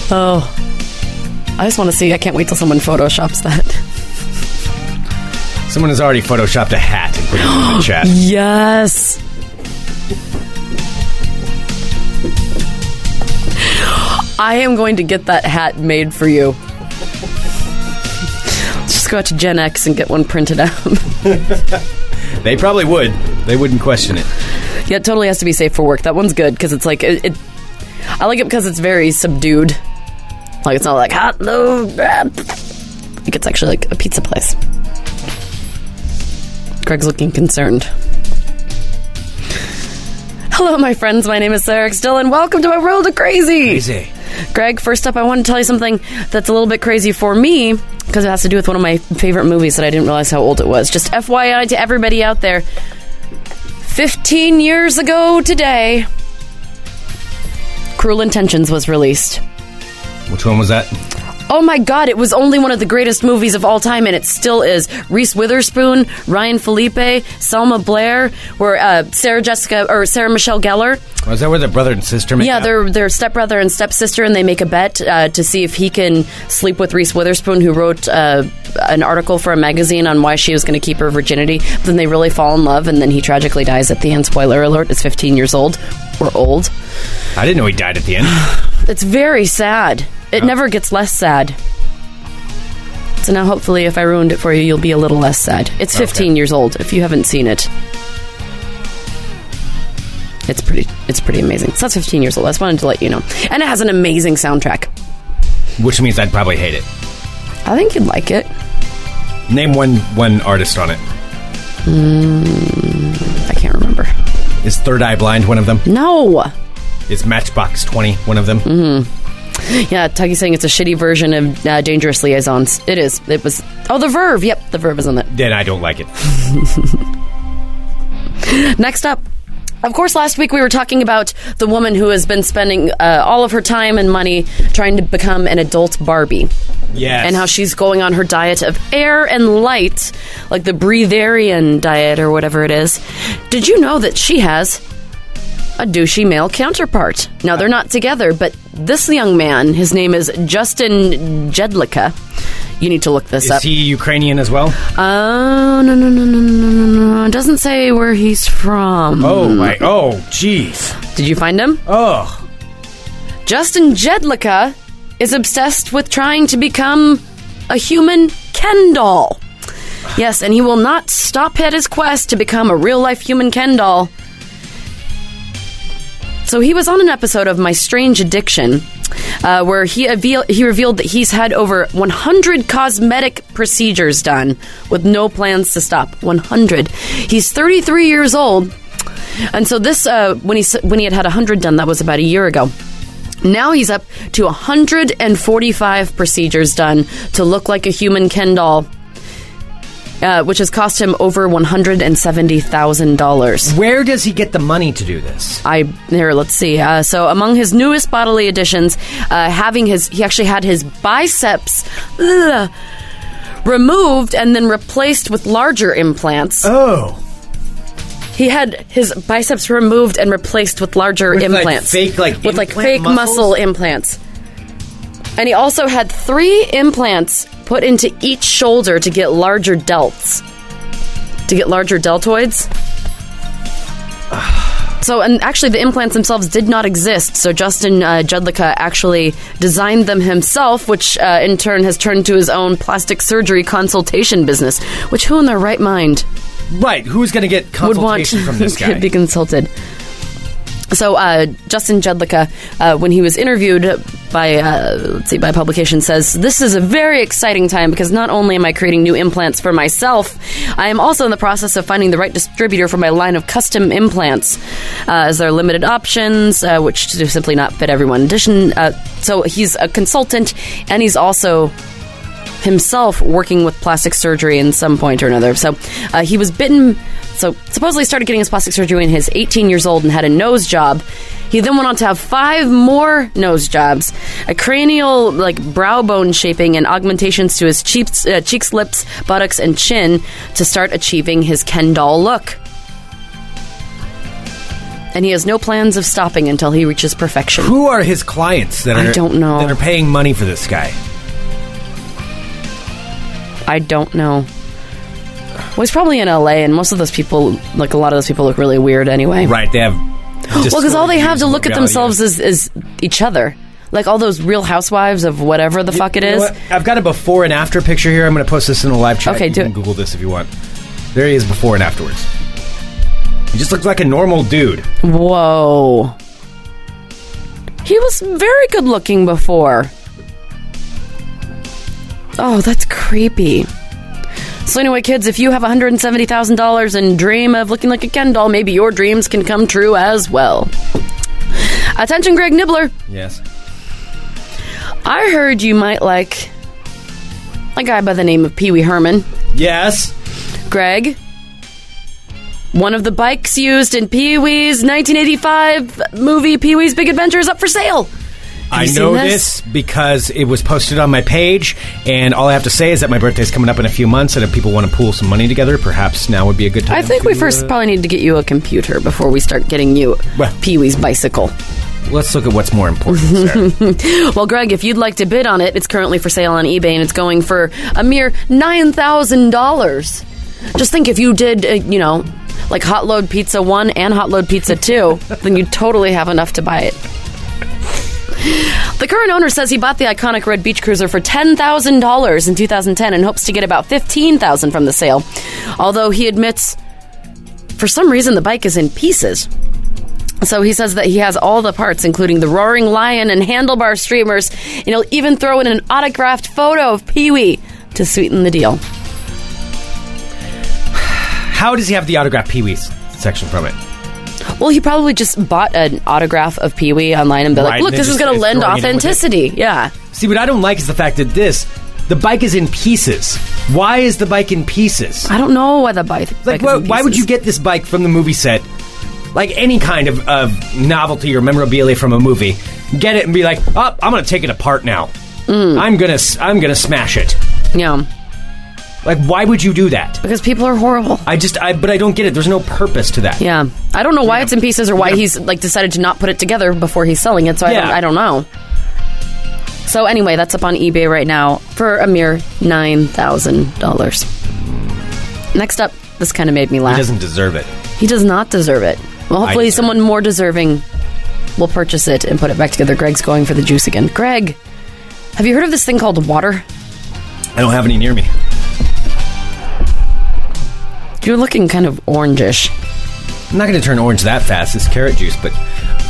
Oh. I just want to see. I can't wait till someone photoshops that. Someone has already photoshopped a hat and put it in the chat. Yes. I am going to get that hat made for you. Let's just go out to Gen X and get one printed out. They probably would. They wouldn't question it. Yeah, it totally has to be safe for work. That one's good because it's like it, it. I like it because it's very subdued. Like it's not like hot low. Like it's actually like a pizza place. Greg's looking concerned. Hello, my friends. My name is Sarah Still, and welcome to my world of crazy. Easy. Greg, first up, I want to tell you something that's a little bit crazy for me because it has to do with one of my favorite movies that I didn't realize how old it was. Just FYI to everybody out there 15 years ago today, Cruel Intentions was released. Which one was that? Oh my god, it was only one of the greatest movies of all time, and it still is. Reese Witherspoon, Ryan Felipe, Selma Blair, were uh, Sarah Jessica or Sarah Michelle Gellar. Was that where the brother and sister made Yeah, out? they're they're stepbrother and stepsister, and they make a bet uh, to see if he can sleep with Reese Witherspoon, who wrote uh, an article for a magazine on why she was going to keep her virginity. Then they really fall in love, and then he tragically dies at the end. Spoiler alert: it's 15 years old or old. I didn't know he died at the end. It's very sad. It never gets less sad. So now, hopefully, if I ruined it for you, you'll be a little less sad. It's 15 Okay. years old. If you haven't seen it, it's pretty. It's pretty amazing. So that's 15 years old. I just wanted to let you know, and it has an amazing soundtrack. Which means I'd probably hate it. I think you'd like it. Name one one artist on it. I can't remember. Is Third Eye Blind one of them? No. Is Matchbox 20 one of them? Mm-hmm. Yeah, Tuggy's saying it's a shitty version of uh, Dangerous Liaisons. It is. It was. Oh, the Verve. Yep, the Verve is on it. Then I don't like it. Next up. Of course, last week we were talking about the woman who has been spending uh, all of her time and money trying to become an adult Barbie Yes. and how she's going on her diet of air and light, like the breatharian diet or whatever it is. Did you know that she has a douchey male counterpart? Now, they're not together, but this young man, his name is Justin Jedlicka. You need to look this up. Is he Ukrainian as well? Oh, no, no, no, no, no, no, no. It doesn't say where he's from. oh my! Oh jeez! Did you find him? Oh, Justin Jedlicka is obsessed with trying to become a human Ken doll. Yes, and he will not stop at his quest to become a real life human Ken doll. So he was on an episode of My Strange Addiction uh, where he, avail- he revealed that he's had over 100 cosmetic procedures done with no plans to stop. 100. He's 33 years old. And so this, uh, when, he, s- when he had had 100 done, that was about a year ago. Now he's up to 145 procedures done to look like a human Ken doll, uh, which has cost him over $170,000. where does he get the money to do this? I here. Let's see. Uh, so among his newest bodily additions, uh, having his he actually had his biceps ugh, removed and then replaced with larger implants. Oh, He had his biceps removed and replaced with larger With, like, implants. fake, like, with like implant fake muscles? muscle implants. And he also had three implants put into each shoulder to get larger delts. To get larger deltoids. So, and actually, the implants themselves did not exist. So, Justin uh, Jedlicka actually designed them himself, which uh, in turn has turned to his own plastic surgery consultation business. Which, who in their right mind right. Who's going to get would want consultation from this guy? to be consulted. So uh, Justin Jedlicka, uh, when he was interviewed by uh, let's see by publication, says this is a very exciting time because not only am I creating new implants for myself, I am also in the process of finding the right distributor for my line of custom implants, uh, as there are limited options uh, which do simply not fit everyone. In addition, uh, so he's a consultant and he's also himself working with plastic surgery in some point or another. So uh, he was bitten. So supposedly started getting his plastic surgery when he was 18 years old and had a nose job. He then went on to have five more nose jobs, a cranial like brow bone shaping, and augmentations to his cheeks, uh, cheeks, lips, buttocks, and chin to start achieving his Ken doll look. And he has no plans of stopping until he reaches perfection. Who are his clients that I are don't know. that are paying money for this guy? I don't know. Well, he's probably in LA, and most of those people, like a lot of those people, look really weird anyway. Right, they have. Well, because all they have to look at Yeah, themselves is, is each other. Like all those real housewives of whatever the fuck it You know is. what? I've got a before and after picture here. I'm going to post this in the live chat. Okay, you do can it. Google this if you want. There he is before and afterwards. He just looks like a normal dude. Whoa. He was very good looking before. Oh, that's creepy. So, anyway, kids, if you have $170,000 and dream of looking like a Ken doll, maybe your dreams can come true as well. Attention, Greg Nibbler. Yes. I heard you might like a guy by the name of Pee Wee Herman. Yes. Greg. One of the bikes used in Pee Wee's 1985 movie Pee Wee's Big Adventure is up for sale. I you know seen this? this? because it was posted on my page, and all I have to say is that my birthday's coming up in a few months, and if people want to pool some money together, perhaps now would be a good time. I think we to, first uh, probably need to get you a computer before we start getting you Well- Pee Wee's bicycle. let's look at what's more important. Mm-hmm. Sarah. Well, Greg, if you'd like to bid on it, it's currently for sale on eBay and it's going for a mere $9,000. Just think if you did, uh, you know, like Hot Load Pizza 1 and Hot Load Pizza 2, then you'd totally have enough to buy it. The current owner says he bought the iconic red beach cruiser for $10,000 in 2010 and hopes to get about 15000 from the sale. Although he admits for some reason the bike is in pieces. So he says that he has all the parts, including the roaring lion and handlebar streamers, and he'll even throw in an autographed photo of Pee Wee to sweeten the deal. How does he have the autograph Pee Wee's section from it? Well, he probably just bought an autograph of Pee Wee online and be like, Right, look, and this is just- going to it's lend throwing it in with it." authenticity. Yeah. See, what I don't like is the fact that this, the bike is in pieces. Why is the bike in pieces? I don't know why the bike. Like, bike is why, in why would pieces. you get this bike from the movie set? Like any kind of, of novelty or memorabilia from a movie, get it and be like, "Oh, I'm gonna take it apart now. Mm. I'm gonna, s- I'm gonna smash it." Yeah. Like, why would you do that? Because people are horrible. I just, I, but I don't get it. There's no purpose to that. Yeah. I don't know why it's in pieces or why he's like decided to not put it together before he's selling it, so Yeah. I, don't, I don't know. So anyway, that's up on eBay right now for a mere $9,000. Next up, this kind of made me He laugh. doesn't deserve it. He does not deserve it. Well, hopefully deserve someone more deserving will purchase it and put it back together. Greg's going for the juice again. Greg, have you heard of this thing called water? I don't have any near me. You're looking kind of orangish. I'm not gonna turn orange that fast. It's carrot juice, but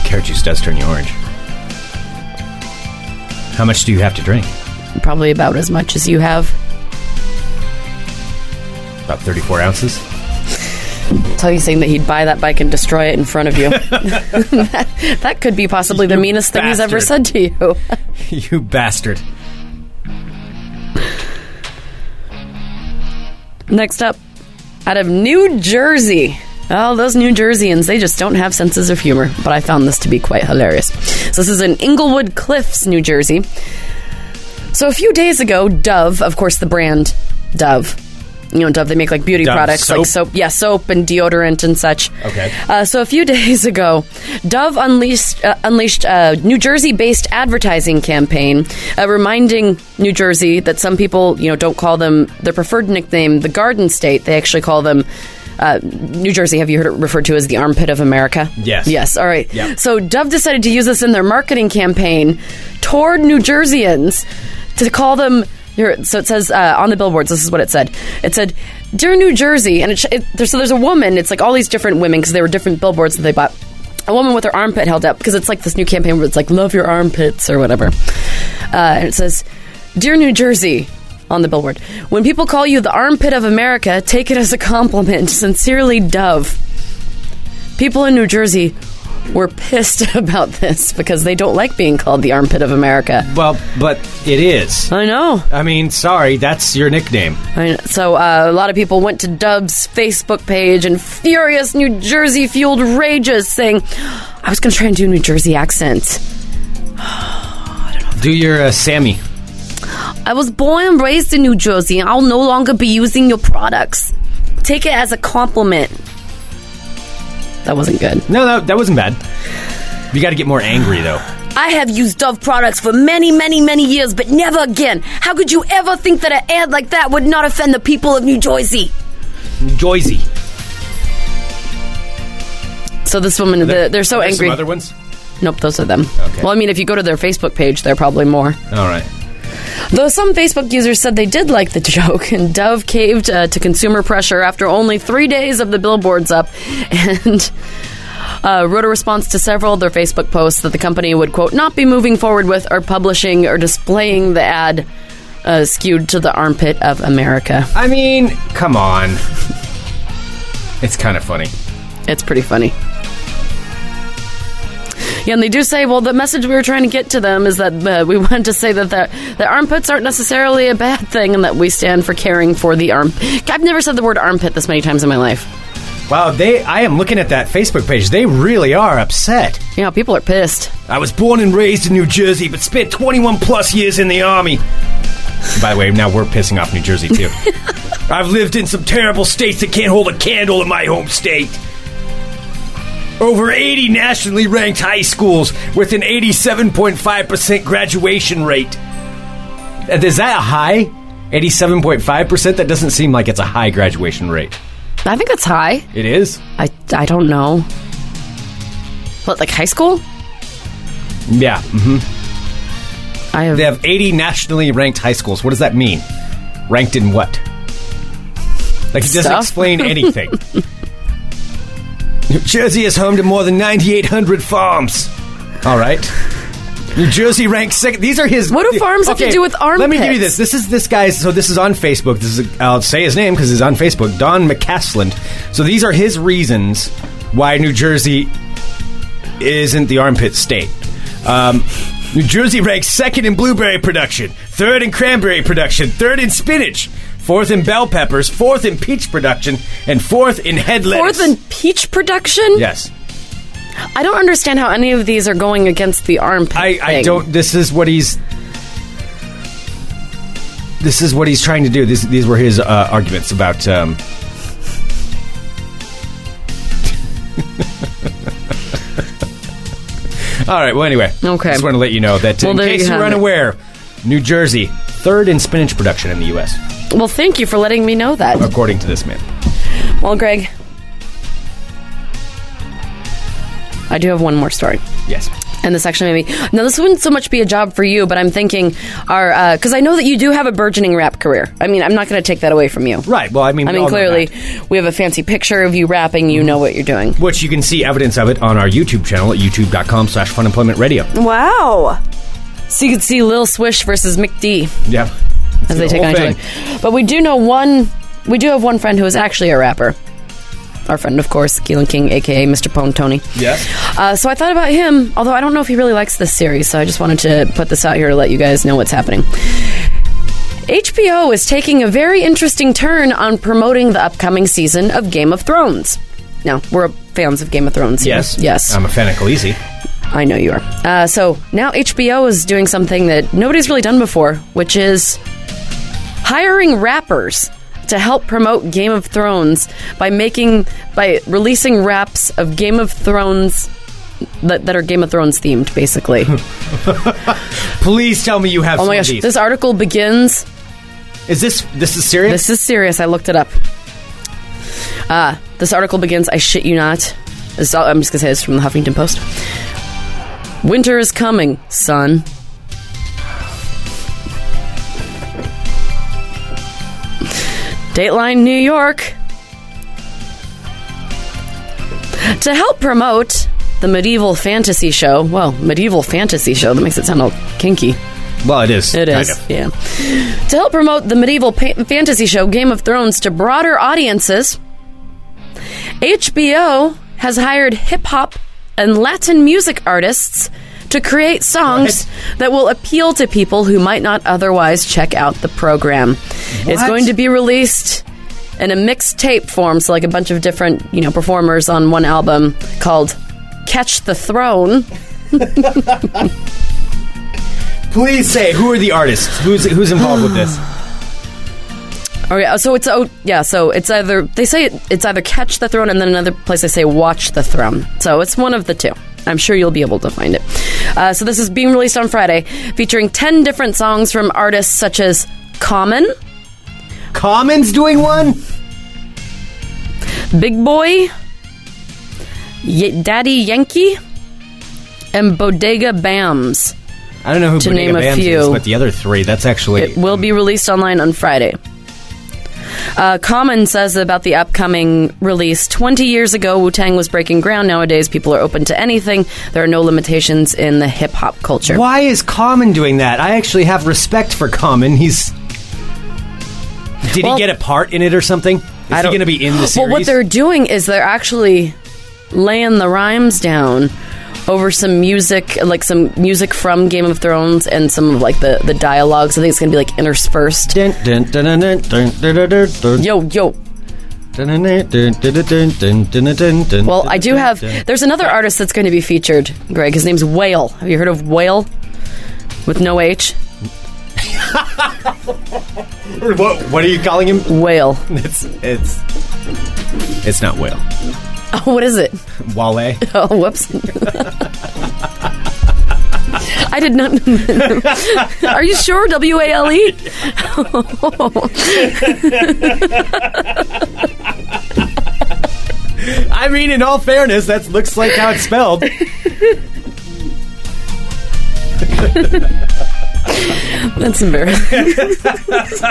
carrot juice does turn you orange. How much do you have to drink? Probably about as much as you have. About 34 ounces. tell you saying that he'd buy that bike and destroy it in front of you. that, that could be possibly the You meanest thing he's ever said bastard. to you. you bastard. Next up, out of New Jersey. Oh, those New Jerseyans, they just don't have senses of humor. But I found this to be quite hilarious. So, this is in Inglewood Cliffs, New Jersey. So, a few days ago, Dove, of course, the brand Dove, you know, Dove, they make like beauty Dove products soap? like soap, yeah, soap and deodorant and such. Okay. Uh, so, a few days ago, Dove unleashed, uh, unleashed a New Jersey based advertising campaign uh, reminding New Jersey that some people, you know, don't call them their preferred nickname, the Garden State. They actually call them. Uh, New Jersey, have you heard it referred to as the armpit of America? Yes. Yes. All right. Yep. So Dove decided to use this in their marketing campaign toward New Jerseyans to call them. Here, so it says uh, on the billboards. This is what it said. It said, "Dear New Jersey," and it, sh- it there's, so there's a woman. It's like all these different women because there were different billboards that they bought. A woman with her armpit held up because it's like this new campaign where it's like "Love your armpits" or whatever. Uh, and it says, "Dear New Jersey." On the billboard. When people call you the armpit of America, take it as a compliment. Sincerely, Dove. People in New Jersey were pissed about this because they don't like being called the armpit of America. Well, but it is. I know. I mean, sorry, that's your nickname. I know. So uh, a lot of people went to Dub's Facebook page and furious New Jersey fueled rages, saying, "I was going to try and do a New Jersey accent. Do your uh, Sammy. I was born and raised in New Jersey, and I'll no longer be using your products. Take it as a compliment." That wasn't good. No, no, that wasn't bad. You got to get more angry though. I have used Dove products for many, many, many years, but never again. How could you ever think that an ad like that would not offend the people of New Jersey? Joyzy. So this woman, the, they're so There's angry. Some other ones. Nope, those are them. Okay. Well, I mean, if you go to their Facebook page, there are probably more. All right. Though some Facebook users said they did like the joke, and Dove caved uh, to consumer pressure after only three days of the billboards up, and. Uh, wrote a response to several of their Facebook posts that the company would, quote, not be moving forward with or publishing or displaying the ad uh, skewed to the armpit of America. I mean, come on. It's kind of funny. It's pretty funny. Yeah, and they do say, well, the message we were trying to get to them is that uh, we want to say that the, the armpits aren't necessarily a bad thing and that we stand for caring for the arm. I've never said the word armpit this many times in my life. Wow, they. I am looking at that Facebook page. They really are upset. Yeah, people are pissed. I was born and raised in New Jersey, but spent 21 plus years in the army. By the way, now we're pissing off New Jersey too. I've lived in some terrible states that can't hold a candle in my home state. Over 80 nationally ranked high schools with an 87.5% graduation rate. Uh, Is that a high? 87.5%? That doesn't seem like it's a high graduation rate. I think that's high. It is? I, I don't know. What, like high school? Yeah. hmm I have, They have 80 nationally ranked high schools. What does that mean? Ranked in what? Like, it doesn't Stuff. explain anything. New Jersey is home to more than 9,800 farms. All right. New Jersey ranks second. These are his. What do farms have to do with Let me give you armpits? this. This is this guy's. So this is on Facebook. This is. I'll say his name because he's on Facebook. Don McCasland. So these are his reasons why New Jersey isn't the armpit state. Um, New Jersey ranks second in blueberry production, third in cranberry production, third in spinach, fourth in bell peppers, fourth in peach production, and fourth in head more lettuce. than peach production? yes. I don't understand how any of these are going against the armpit. I, I thing. don't. This is what he's. This is what he's trying to do. These these were his uh, arguments about. Um, All right. Well, anyway. Okay. Just want to let you know that uh, Well, in there case you you have are it. unaware, New Jersey third in spinach production in the U.S. Well, thank you for letting me know that. according to this man. Well, Greg, I do have one more story. Yes. And this actually made me. Now, this wouldn't so much be a job for you, but I'm thinking, are because I know that you do have a burgeoning rap career. I mean, I'm not going to take that away from you. Right. Well, I mean, I we mean, all know clearly, that. we have a fancy picture of you rapping. You know what you're doing. which you can see evidence of it on our YouTube channel at youtube.com/slash funemployment radio. Wow. So you could see Lil Swish versus Mick D Yeah. as they The take whole on each thing. other. But we do know one. We do have one friend who is actually a rapper. Our friend, of course, Keelan King, aka Mr. Pone Tony. Yes. Uh, so I thought about him, although I don't know if he really likes this series, so I just wanted to put this out here to let you guys know what's happening. HBO is taking a very interesting turn on promoting the upcoming season of Game of Thrones. Now, we're fans of Game of Thrones. here. Yes. Yes. I'm a fan of Khaleesi. I know you are. Uh, so now HBO is doing something that nobody's really done before, which is hiring rappers to help promote Game of Thrones by making by releasing raps of Game of Thrones that, that are Game of Thrones themed, basically. Please tell me you have oh some my of gosh, these. this article begins is this this is serious? This is serious. I looked it up. Uh, this article begins I shit you not. This, I'm just going to say this from the Huffington Post. Winter is coming, son. Dateline New York. To help promote the medieval fantasy show, well, medieval fantasy show, that makes it sound all kinky. well, it is. It kind is, of. yeah. To help promote the medieval pa- fantasy show Game of Thrones to broader audiences, HBO has hired hip hop and Latin music artists to create songs that will appeal to people who might not otherwise check out the program. It's What? going to be released in a mixed tape form, so like a bunch of different, you know, performers on one album called Catch the Throne. Please say who are the artists? Who's who's involved with this? Oh yeah, so it's oh yeah, so it's either they say it, it's either catch the throne, and then another place they say watch the throne. So it's one of the two. I'm sure you'll be able to find it. Uh, so this is being released on Friday, featuring ten different songs from artists such as Common, Common's doing one. Big Boy, Ye Daddy Yankee, and Bodega Bams. I don't know who To Bodega name a Bams few. is, but the other three. That's actually It will be released online on Friday. Uh, Common says about the upcoming release 20 years ago, Wu Tang was breaking ground. Nowadays, people are open to anything. There are no limitations in the hip hop culture. Why is Common doing that? I actually have respect for Common. He's did Well- he get a part in it or something? Is I he don't- going to be in the series? Well, what they're doing is they're actually laying the rhymes down over some music, like some music from Game of Thrones and some of like the, the dialogues. I think it's going to be like interspersed. Dun, dun, dun, dun, dun, dun, dun, dun, dun, dun, Yo, yo. dun, dun, dun, dun, dun, dun, dun, dun, dun, dun, Well, dun, I do dun, have. dun. There's another artist that's going to be featured, Greg. His name's Whale. Have you heard of Whale? With no H? What, what are you calling him? Whale. It's it's it's not whale. Oh, what is it? Wale. Oh, whoops. I did not. Are you sure? W A L E? I mean, in all fairness, that looks like how it's spelled. That's embarrassing.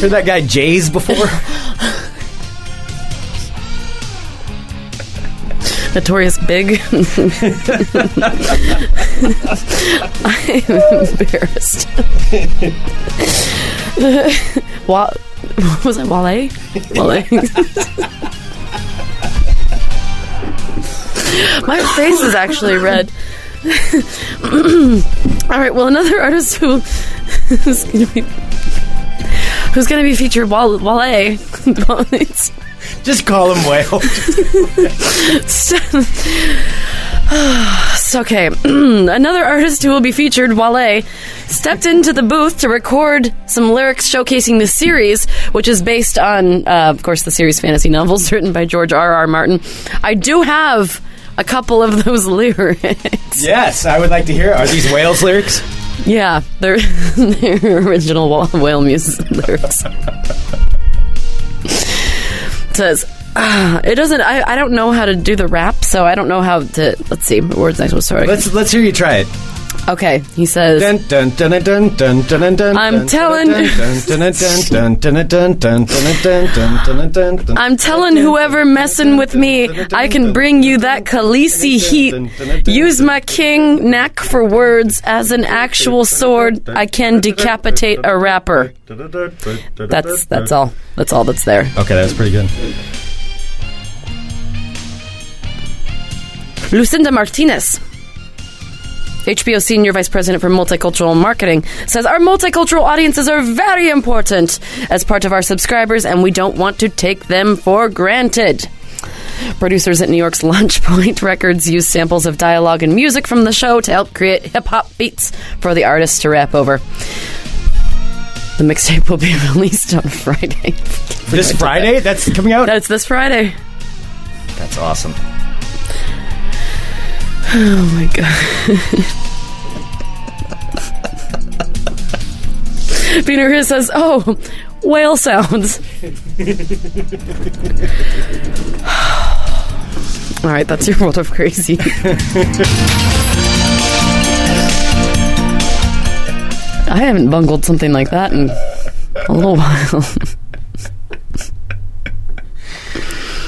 Heard that guy Jays before? Notorious Big. I'm embarrassed. Wa- was it Wale? Wale. My face is actually red. All right. Well, another artist who who's going to be who's going to be featured Wale. Wale. it's- Just call him whale. Ah, it's okay. another artist who will be featured Wale stepped into the booth to record some lyrics showcasing the series, which is based on, uh, of course, the series fantasy novels written by George R. R. Martin. I do have a couple of those lyrics. yes, I would like to hear. Are these whales lyrics? Yeah, they're, they're original wha- whale music lyrics. Says, ah, it doesn't. I, I don't know how to do the rap, so I don't know how to. Let's see. Words next one. Sorry. Let's let's hear you try it. okay, he says. Dun, dun, dun, dun, dun, dun, dun, dun, dun, I'm dun, telling- dun, dun, dun, dun, dun, dun, dun, dun, dun, dun, dun, dun, dun. I'm telling whoever messing with me, I can bring you that Khaleesi heat. Use my king knack for words as an actual sword. I can decapitate a rapper. That's that's all. That's all that's there. Okay, that was pretty good. Lucinda Martinez. HBO Senior Vice President for Multicultural Marketing says our multicultural audiences are very important as part of our subscribers, and we don't want to take them for granted. Producers at New York's Lunch Point Records use samples of dialogue and music from the show to help create hip hop beats for the artists to rap over. The mixtape will be released on Friday. This Friday? That's coming out? That's this Friday. That's awesome. Oh my god. Peter Hughes says, Oh, whale sounds. All right, that's your world of crazy. I haven't bungled something like that in a little while.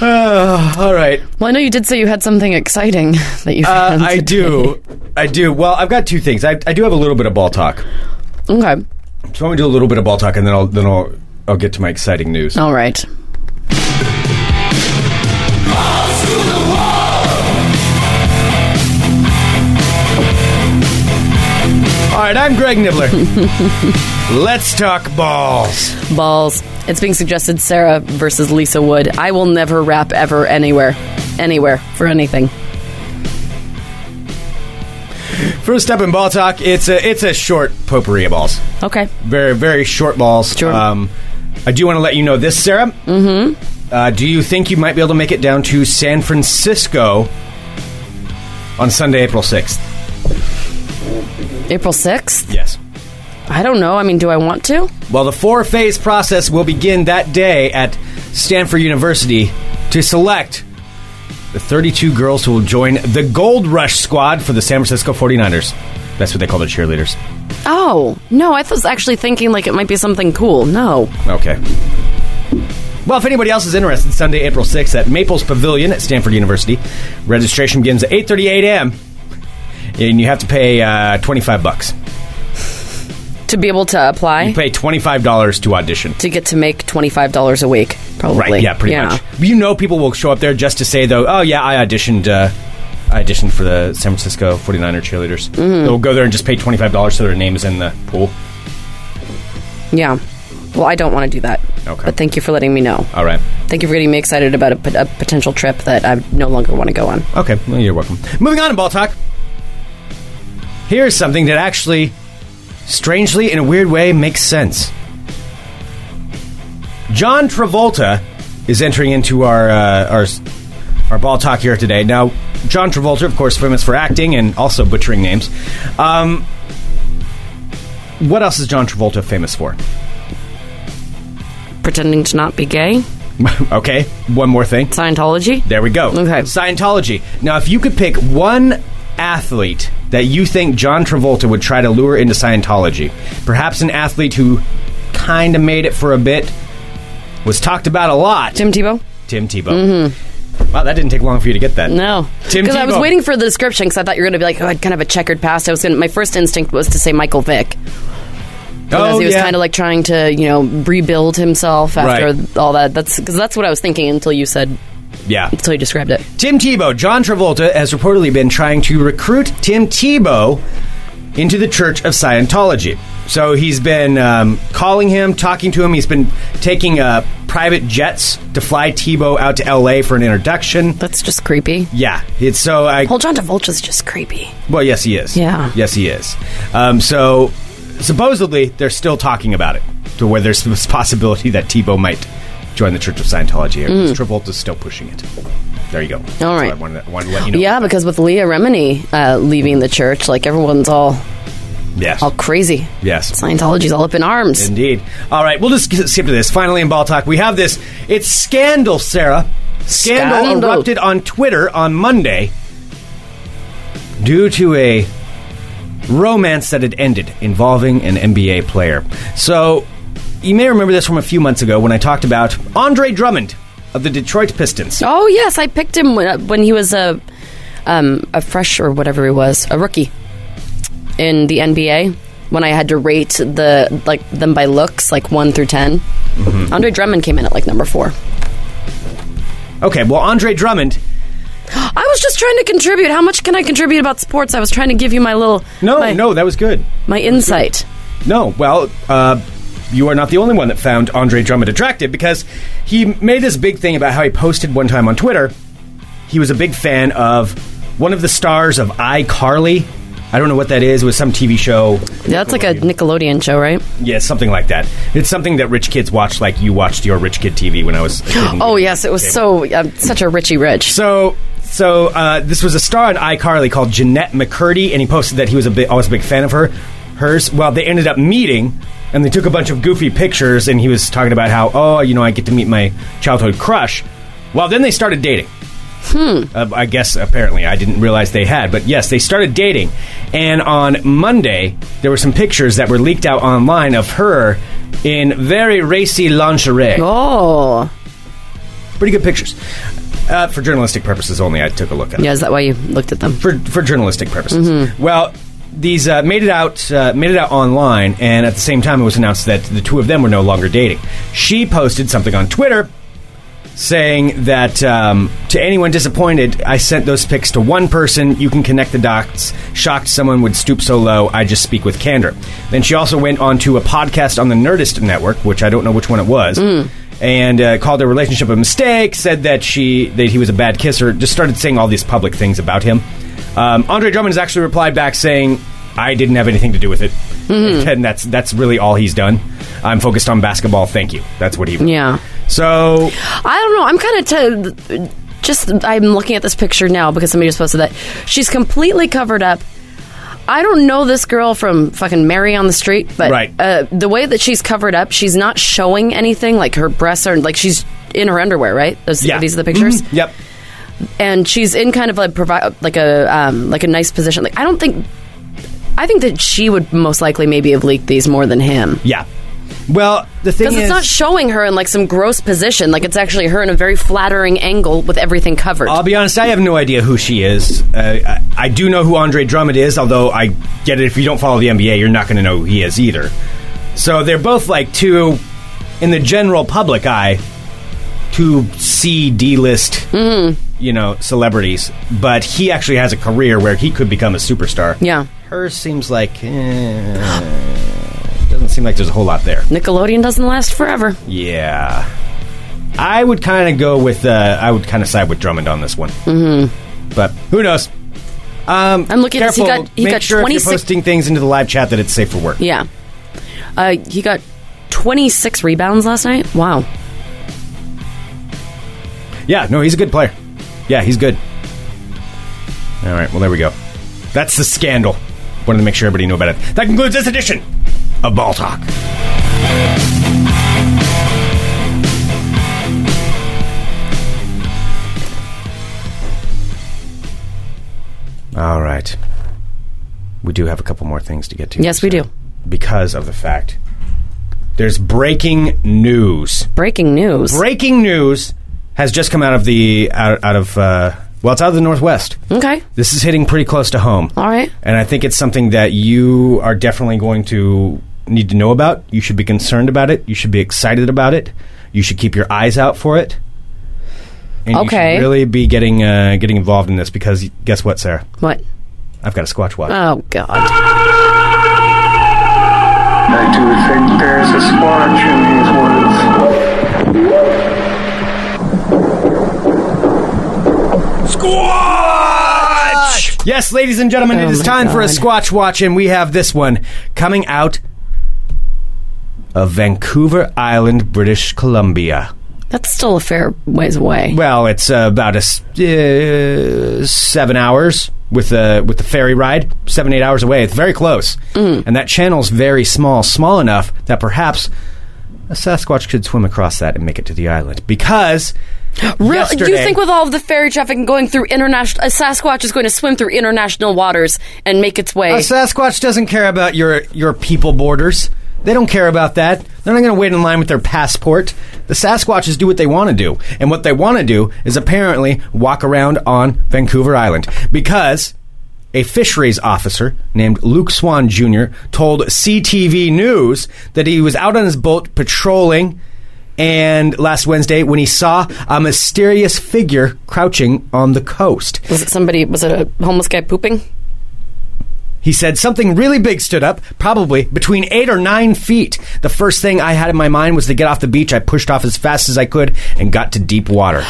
Uh, all right. well, I know you did say you had something exciting that you Uh, found. I do. I do. Well, I've got two things. I, I do have a little bit of ball talk. Okay. So I'm gonna do a little bit of ball talk, and then I'll then I'll I'll get to my exciting news. All right. All right, I'm Greg Nibbler. Let's talk balls. Balls. It's being suggested Sarah versus Lisa Wood. I will never rap ever anywhere. Anywhere. For anything. First up in ball talk, it's a it's a short potpourri of balls. Okay. Very very short balls. Sure. Um, I do want to let you know this, Sarah. Mm-hmm. Uh, do you think you might be able to make it down to San Francisco on Sunday, April sixth? April 6th? Yes. I don't know. I mean, do I want to? Well, the four phase process will begin that day at Stanford University to select the 32 girls who will join the Gold Rush squad for the San Francisco 49ers. That's what they call the cheerleaders. Oh, no. I was actually thinking like it might be something cool. No. Okay. Well, if anybody else is interested, Sunday, April 6th at Maples Pavilion at Stanford University. Registration begins at 8:38 a.m. and you have to pay uh, 25 bucks. To be able to apply You pay $25 to audition. to get to make $25 a week, probably. Right. Yeah, pretty much. You know, people will show up there just to say, though, oh, yeah, I auditioned. Uh, I auditioned for the San Francisco 49er cheerleaders. They'll go there and just pay $25 so their name is in the pool. Yeah. Well, I don't want to do that. Okay. But thank you for letting me know. All right. Thank you for getting me excited about a, pot- a potential trip that I no longer want to go on. Okay. Well, you're welcome. Moving on in ball talk. Here's something that actually, strangely, in a weird way, makes sense. John Travolta is entering into our uh, our our ball talk here today. Now, John Travolta, of course, famous for acting and also butchering names. Um, what else is John Travolta famous for? Pretending to not be gay? okay, one more thing. Scientology? There we go. Okay. Scientology. Now, if you could pick one athlete that you think John Travolta would try to lure into Scientology, perhaps an athlete who kind of made it for a bit, was talked about a lot, Tim Tebow? Tim Tebow. Wow, that didn't take long for you to get that. No. Tim Because I was Tebow. waiting for the description because I thought you were going to be like, oh, I'd kind of a checkered past. I was going to, my first instinct was to say Michael Vick. Because Oh, he was yeah. kind of like trying to, you know, rebuild himself after Right. all that. That's because that's what I was thinking until you said, yeah. until you described it. Tim Tebow, John Travolta has reportedly been trying to recruit Tim Tebow into the Church of Scientology. So he's been um, calling him, talking to him. He's been taking uh, private jets to fly Tebow out to L.A. for an introduction. That's just creepy. Yeah, it's so. I Well, John DeVolta's just creepy. well, yes, he is. Yeah. yes, he is. Um, so supposedly they're still talking about it, to where there's this possibility that Tebow might join the Church of Scientology. Travolta's still pushing it. There you go. That's what Hmm. right. I wanted, wanted to let you know. Yeah, because with Leah Remini uh, leaving the church, like everyone's all, Yes. all crazy. Yes. Scientology's all up in arms. Indeed. All right, we'll just skip to this. Finally, in Ball Talk, we have this. It's scandal, Sarah. Scandal, Scandal. erupted on Twitter on Monday due to a romance that had ended involving an NBA player. So, you may remember this from a few months ago when I talked about Andre Drummond of the Detroit Pistons. Oh yes, I picked him when, uh, when he was a um, a fresh or whatever he was, a rookie in the NBA. When I had to rate the like them by looks, like one through 10 Mm-hmm. Andre Drummond came in at like number four. Okay, well, Andre Drummond. I was just trying to contribute. How much can I contribute about sports? I was trying to give you my little No, my, no, that was good. my insight. No, well, uh, you are not the only one that found Andre Drummond attractive because he made this big thing about how he posted one time on Twitter. He was a big fan of one of the stars of iCarly. I don't know what that is. It was some TV show. That's like a Nickelodeon show, right? Yeah, something like that. It's something that rich kids watch, like you watched your rich kid TV when I was. a kid and- Oh yes, it was so um, such a Richie Rich. So, so uh, this was a star in iCarly called Jeanette McCurdy, and he posted that he was a big, always a big fan of her, hers. Well, they ended up meeting, and they took a bunch of goofy pictures, and he was talking about how, oh, you know, I get to meet my childhood crush. Well, then they started dating. Hmm. Uh, I guess apparently I didn't realize they had, but yes, they started dating. And on Monday, there were some pictures that were leaked out online of her in very racy lingerie Oh pretty good pictures uh, for journalistic purposes only i took a look at it yeah, is that why you looked at them? for, for journalistic purposes well these uh, made it out uh, made it out online, and at the same time, it was announced that the two of them were no longer dating. She posted something on Twitter saying that um, to anyone disappointed, I sent those pics to one person. You can connect the dots. Shocked someone would stoop so low. I just speak with candor. Then she also went on to a podcast on the Nerdist Network, which I don't know which one it was. And uh, called their relationship a mistake. Said that she that he was a bad kisser. Just started saying all these public things about him. Um, Andre Drummond has actually replied back saying, "I didn't have anything to do with it," and that's that's really all he's done. I'm focused on basketball. Thank you. That's what he. wrote. Yeah. So I don't know. I'm kind of t- just. I'm looking at this picture now because somebody just posted that she's completely covered up. I don't know this girl from fucking Mary on the Street, but Right. uh, the way that she's covered up, she's not showing anything. Like her breasts are like she's in her underwear, right? Those, yeah, These are the pictures, Mhm. Yep. and she's in kind of like provi- like a um, like a nice position. Like I don't think. I think that she would most likely maybe have leaked these more than him. Yeah. Well, the thing Because is, it's not showing her in like some gross position. Like it's actually her in a very flattering angle with everything covered. I'll be honest. I have no idea who she is. Uh, I, I do know who Andre Drummond is, although I get it. If you don't follow the NBA, you're not going to know who he is either. So they're both like two in the general public eye, two C D list, Mm-hmm. you know, celebrities. But he actually has a career where he could become a superstar. yeah. Hers seems like eh, doesn't seem like there's a whole lot there. Nickelodeon doesn't last forever. Yeah. I would kind of go with, uh, I would kind of side with Drummond on this one. Mm-hmm. But who knows? Um, I'm looking at this. He careful. got- he Make got sure 26 if you're posting things into the live chat that it's safe for work. Yeah. Uh, he got 26 rebounds last night. Wow. Yeah, no, he's a good player. Yeah, he's good. All right, well, there we go. That's the scandal. Wanted to make sure everybody knew about it. That concludes this edition of Ball Talk. All right. We do have a couple more things to get to. Yes, we do. Because of the fact there's breaking news Breaking news. breaking news has just come out of the out, out of uh, well, it's out of the northwest. okay. This is hitting pretty close to home. All right. and I think it's something that you are definitely going to need to know about. You should be concerned about it. You should be excited about it. You should keep your eyes out for it. And you Okay. should really be getting uh, getting involved in this because guess what, Sarah? What? I've got a Squatch watch. Oh, God. I do think there's a spark in these words. Yes, ladies and gentlemen, Oh it is my time for a God. Squatch Watch, and we have this one coming out of Vancouver Island, British Columbia. That's still a fair ways away. Well, it's uh, about a s- uh, seven hours with the with the ferry ride, seven eight hours away. It's very close, Mm. and that channel's very small, small enough that perhaps a Sasquatch could swim across that and make it to the island. Because Real, you yesterday- think with all of the ferry traffic and going through international, a Sasquatch is going to swim through international waters and make its way? A Sasquatch doesn't care about your your people borders. They don't care about that. They're not going to wait in line with their passport. The Sasquatches do what they want to do, and what they want to do is apparently walk around on Vancouver Island because a fisheries officer named Luke Swan Jr. told CTV News that he was out on his boat patrolling and last Wednesday when he saw a mysterious figure crouching on the coast. was it somebody? Was it a homeless guy pooping? He said something really big stood up, probably between eight or nine feet. The first thing I had in my mind was to get off the beach. I pushed off as fast as I could and got to deep water.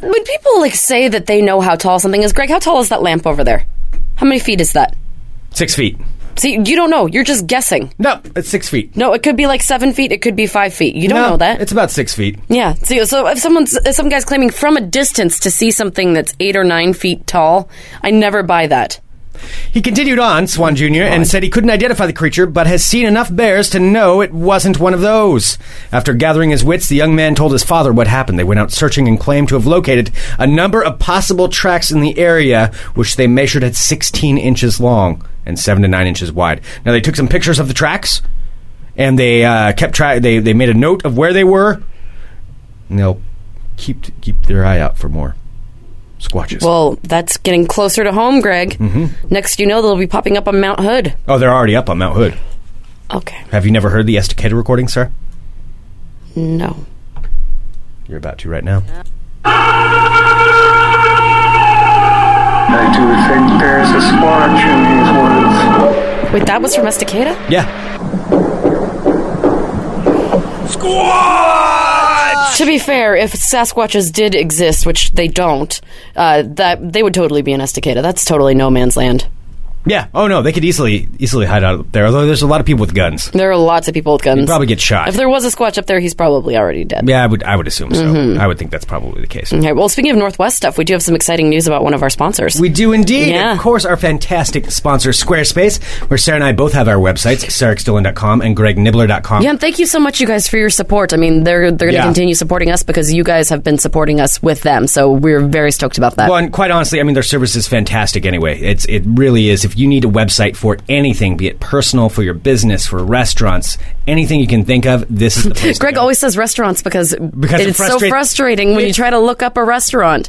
When people like say that they know how tall something is, Greg, how tall is that lamp over there? How many feet is that? Six feet. See, you don't know. You're just guessing. No, it's six feet. No, it could be like seven feet. It could be five feet. You don't no, know that. It's about six feet. yeah. So, so if someone's if some guy's claiming from a distance to see something that's eight or nine feet tall, I never buy that. He continued on, Swan Jr., and said he couldn't identify the creature, but has seen enough bears to know it wasn't one of those. After gathering his wits, the young man told his father what happened. They went out searching and claimed to have located a number of possible tracks in the area, which they measured at 16 inches long and 7 to 9 inches wide. Now, they took some pictures of the tracks, and they uh, kept track, they, they made a note of where they were, and they'll keep, keep their eye out for more. squatches. Well, that's getting closer to home, Greg. Mm-hmm. Next, you know, they'll be popping up on Mount Hood. oh, they're already up on Mount Hood. Okay. Have you never heard the Estacada recording, sir? No. You're about to right now. I do think there's a splotch in these woods. Wait, that was from Estacada? Yeah. To be fair, if Sasquatches did exist, which they don't, uh, that they would totally be in Estacada. That's totally no man's land. Yeah. Oh no, they could easily easily hide out up there. Although there's a lot of people with guns. There are lots of people with guns. Probably get shot. If there was a Squatch up there, he's probably already dead. yeah, I would I would assume so. Mm-hmm. I would think that's probably the case. Okay, well, speaking of Northwest stuff, we do have some exciting news about one of our sponsors. We do indeed. Yeah. Of course, our fantastic sponsor, Squarespace, where Sarah and I both have our websites, sarahxdillon.com and gregnibbler.com. Yeah, and thank you so much, you guys, for your support. I mean, they're they're going to Yeah. continue supporting us because you guys have been supporting us with them. So we're very stoked about that. Well, and quite honestly, I mean, their service is fantastic anyway. It's It really is. If you need a website for anything, be it personal, for your business, for restaurants, anything you can think of, this is the place. to Greg go. always says restaurants because, Because it it's so frustrate- frustrating when you try to look up a restaurant.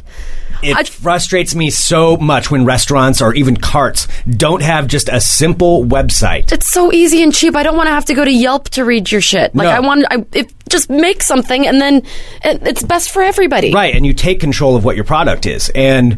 It I- frustrates me so much when restaurants or even carts don't have just a simple website. It's so easy and cheap. I don't want to have to go to Yelp to read your shit. Like No. I want, I if, just make something and then it, it's best for everybody. Right, and you take control of what your product is. And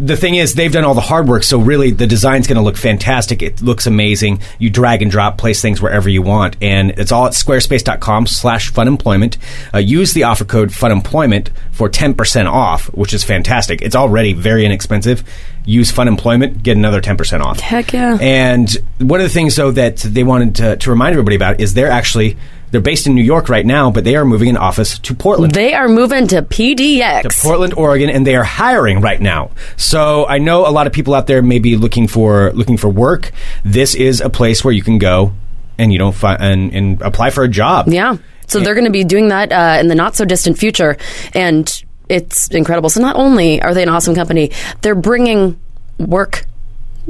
the thing is, they've done all the hard work, so really the design's going to look fantastic. It looks amazing. You drag and drop, place things wherever you want, and it's all at squarespace.com slash funemployment. Uh, use the offer code funemployment for 10% off, which is fantastic. It's already very inexpensive. Use funemployment, get another 10% off. Heck yeah. And one of the things, though, that they wanted to, to remind everybody about is they're actually... They're based in New York right now, but they are moving an office to Portland They are moving to PDX. to Portland, Oregon, and they are hiring right now. So I know a lot of people out there may be looking for looking for work. This is a place where you can go and you don't find and, and apply for a job. Yeah. So they're going to be doing that uh, in the not so distant future, and it's incredible. So not only are they an awesome company, they're bringing work,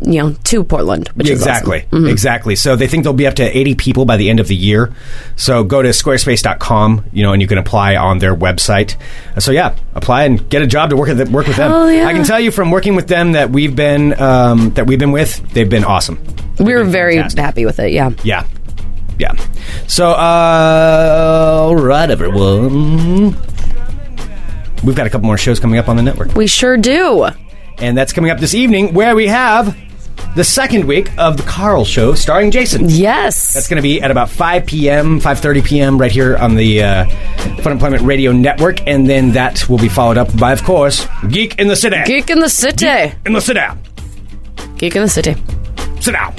you know, to Portland, which is Mm-hmm. exactly, exactly. So they think there'll be up to eighty people by the end of the year. So go to squarespace.com, you know, and you can apply on their website. Uh, So yeah, apply and get a job to work at the, work with them. Hell yeah. I can tell you from working with them that we've been um, that we've been with, they've been awesome. Awesome. We were very Fantastic. happy with it. Yeah. Yeah. Yeah. So, uh, all right, everyone. We've got a couple more shows coming up on the network. We sure do. And that's coming up this evening, where we have the second week of The Carl Show starring Jason. Yes. That's going to be at about 5 p.m., 5.30 p.m. right here on the uh, Fun Employment Radio Network. And then that will be followed up by, of course, Geek in the City. Geek in the City. in the City. Geek in the City. Sit down.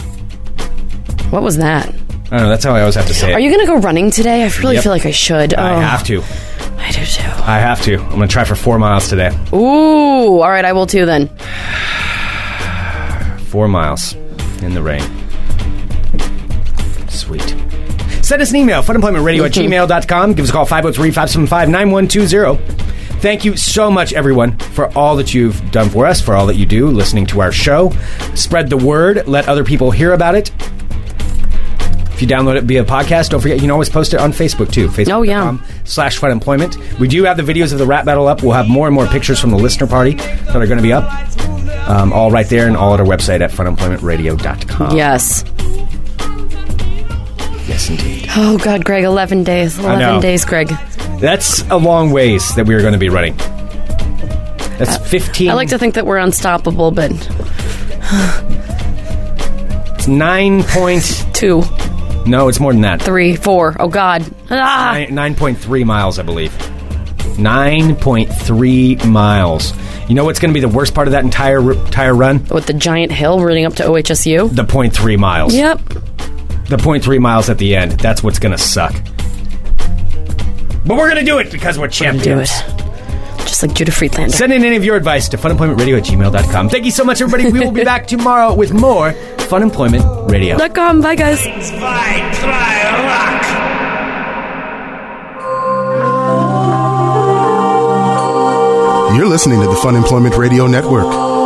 What was that? I don't know. That's how I always have to say it. Are you going to go running today? I really Yep. feel like I should. I Oh, have to. I do too. I have to. I'm going to try for four miles today. Ooh. All right, I will too then. four miles in the rain. Sweet. Send us an email, funemploymentradio at Mm-hmm. gmail.com. Give us a call, 503 575 9120. Thank you so much, everyone, for all that you've done for us, for all that you do, listening to our show. Spread the word, let other people hear about it. If you download it via podcast, don't forget you can always post it on Facebook too. Facebook Oh, yeah. slash fun employment. We do have the videos of the rap battle up. We'll have more and more pictures from the listener party that are going to be up. Um, all right there and all at our website at funemploymentradio.com. Yes. Yes, indeed. Oh God, Greg. Eleven days. know. Eleven days, Greg. That's a long ways that we are going to be running. That's 15. I like to think that we're unstoppable, but It's nine point. two, no, it's more than that. three, four. Oh God! Ah, Nine- 9.3 miles, I believe. 9.3 miles. You know what's going to be the worst part of that entire ru- entire run? with the giant hill running up to OHSU. The 0.3 miles. Yep. The 0.3 miles at the end. That's what's going to suck. But we're going to do it because we're champions. Do it. Just like Judah Friedlander. Send in any of your advice to funemploymentradio at gmail.com. Thank you so much, everybody. We will be back tomorrow with more Fun Employment Radio. Dot com. Bye, guys. You're listening to the Fun Employment Radio Network.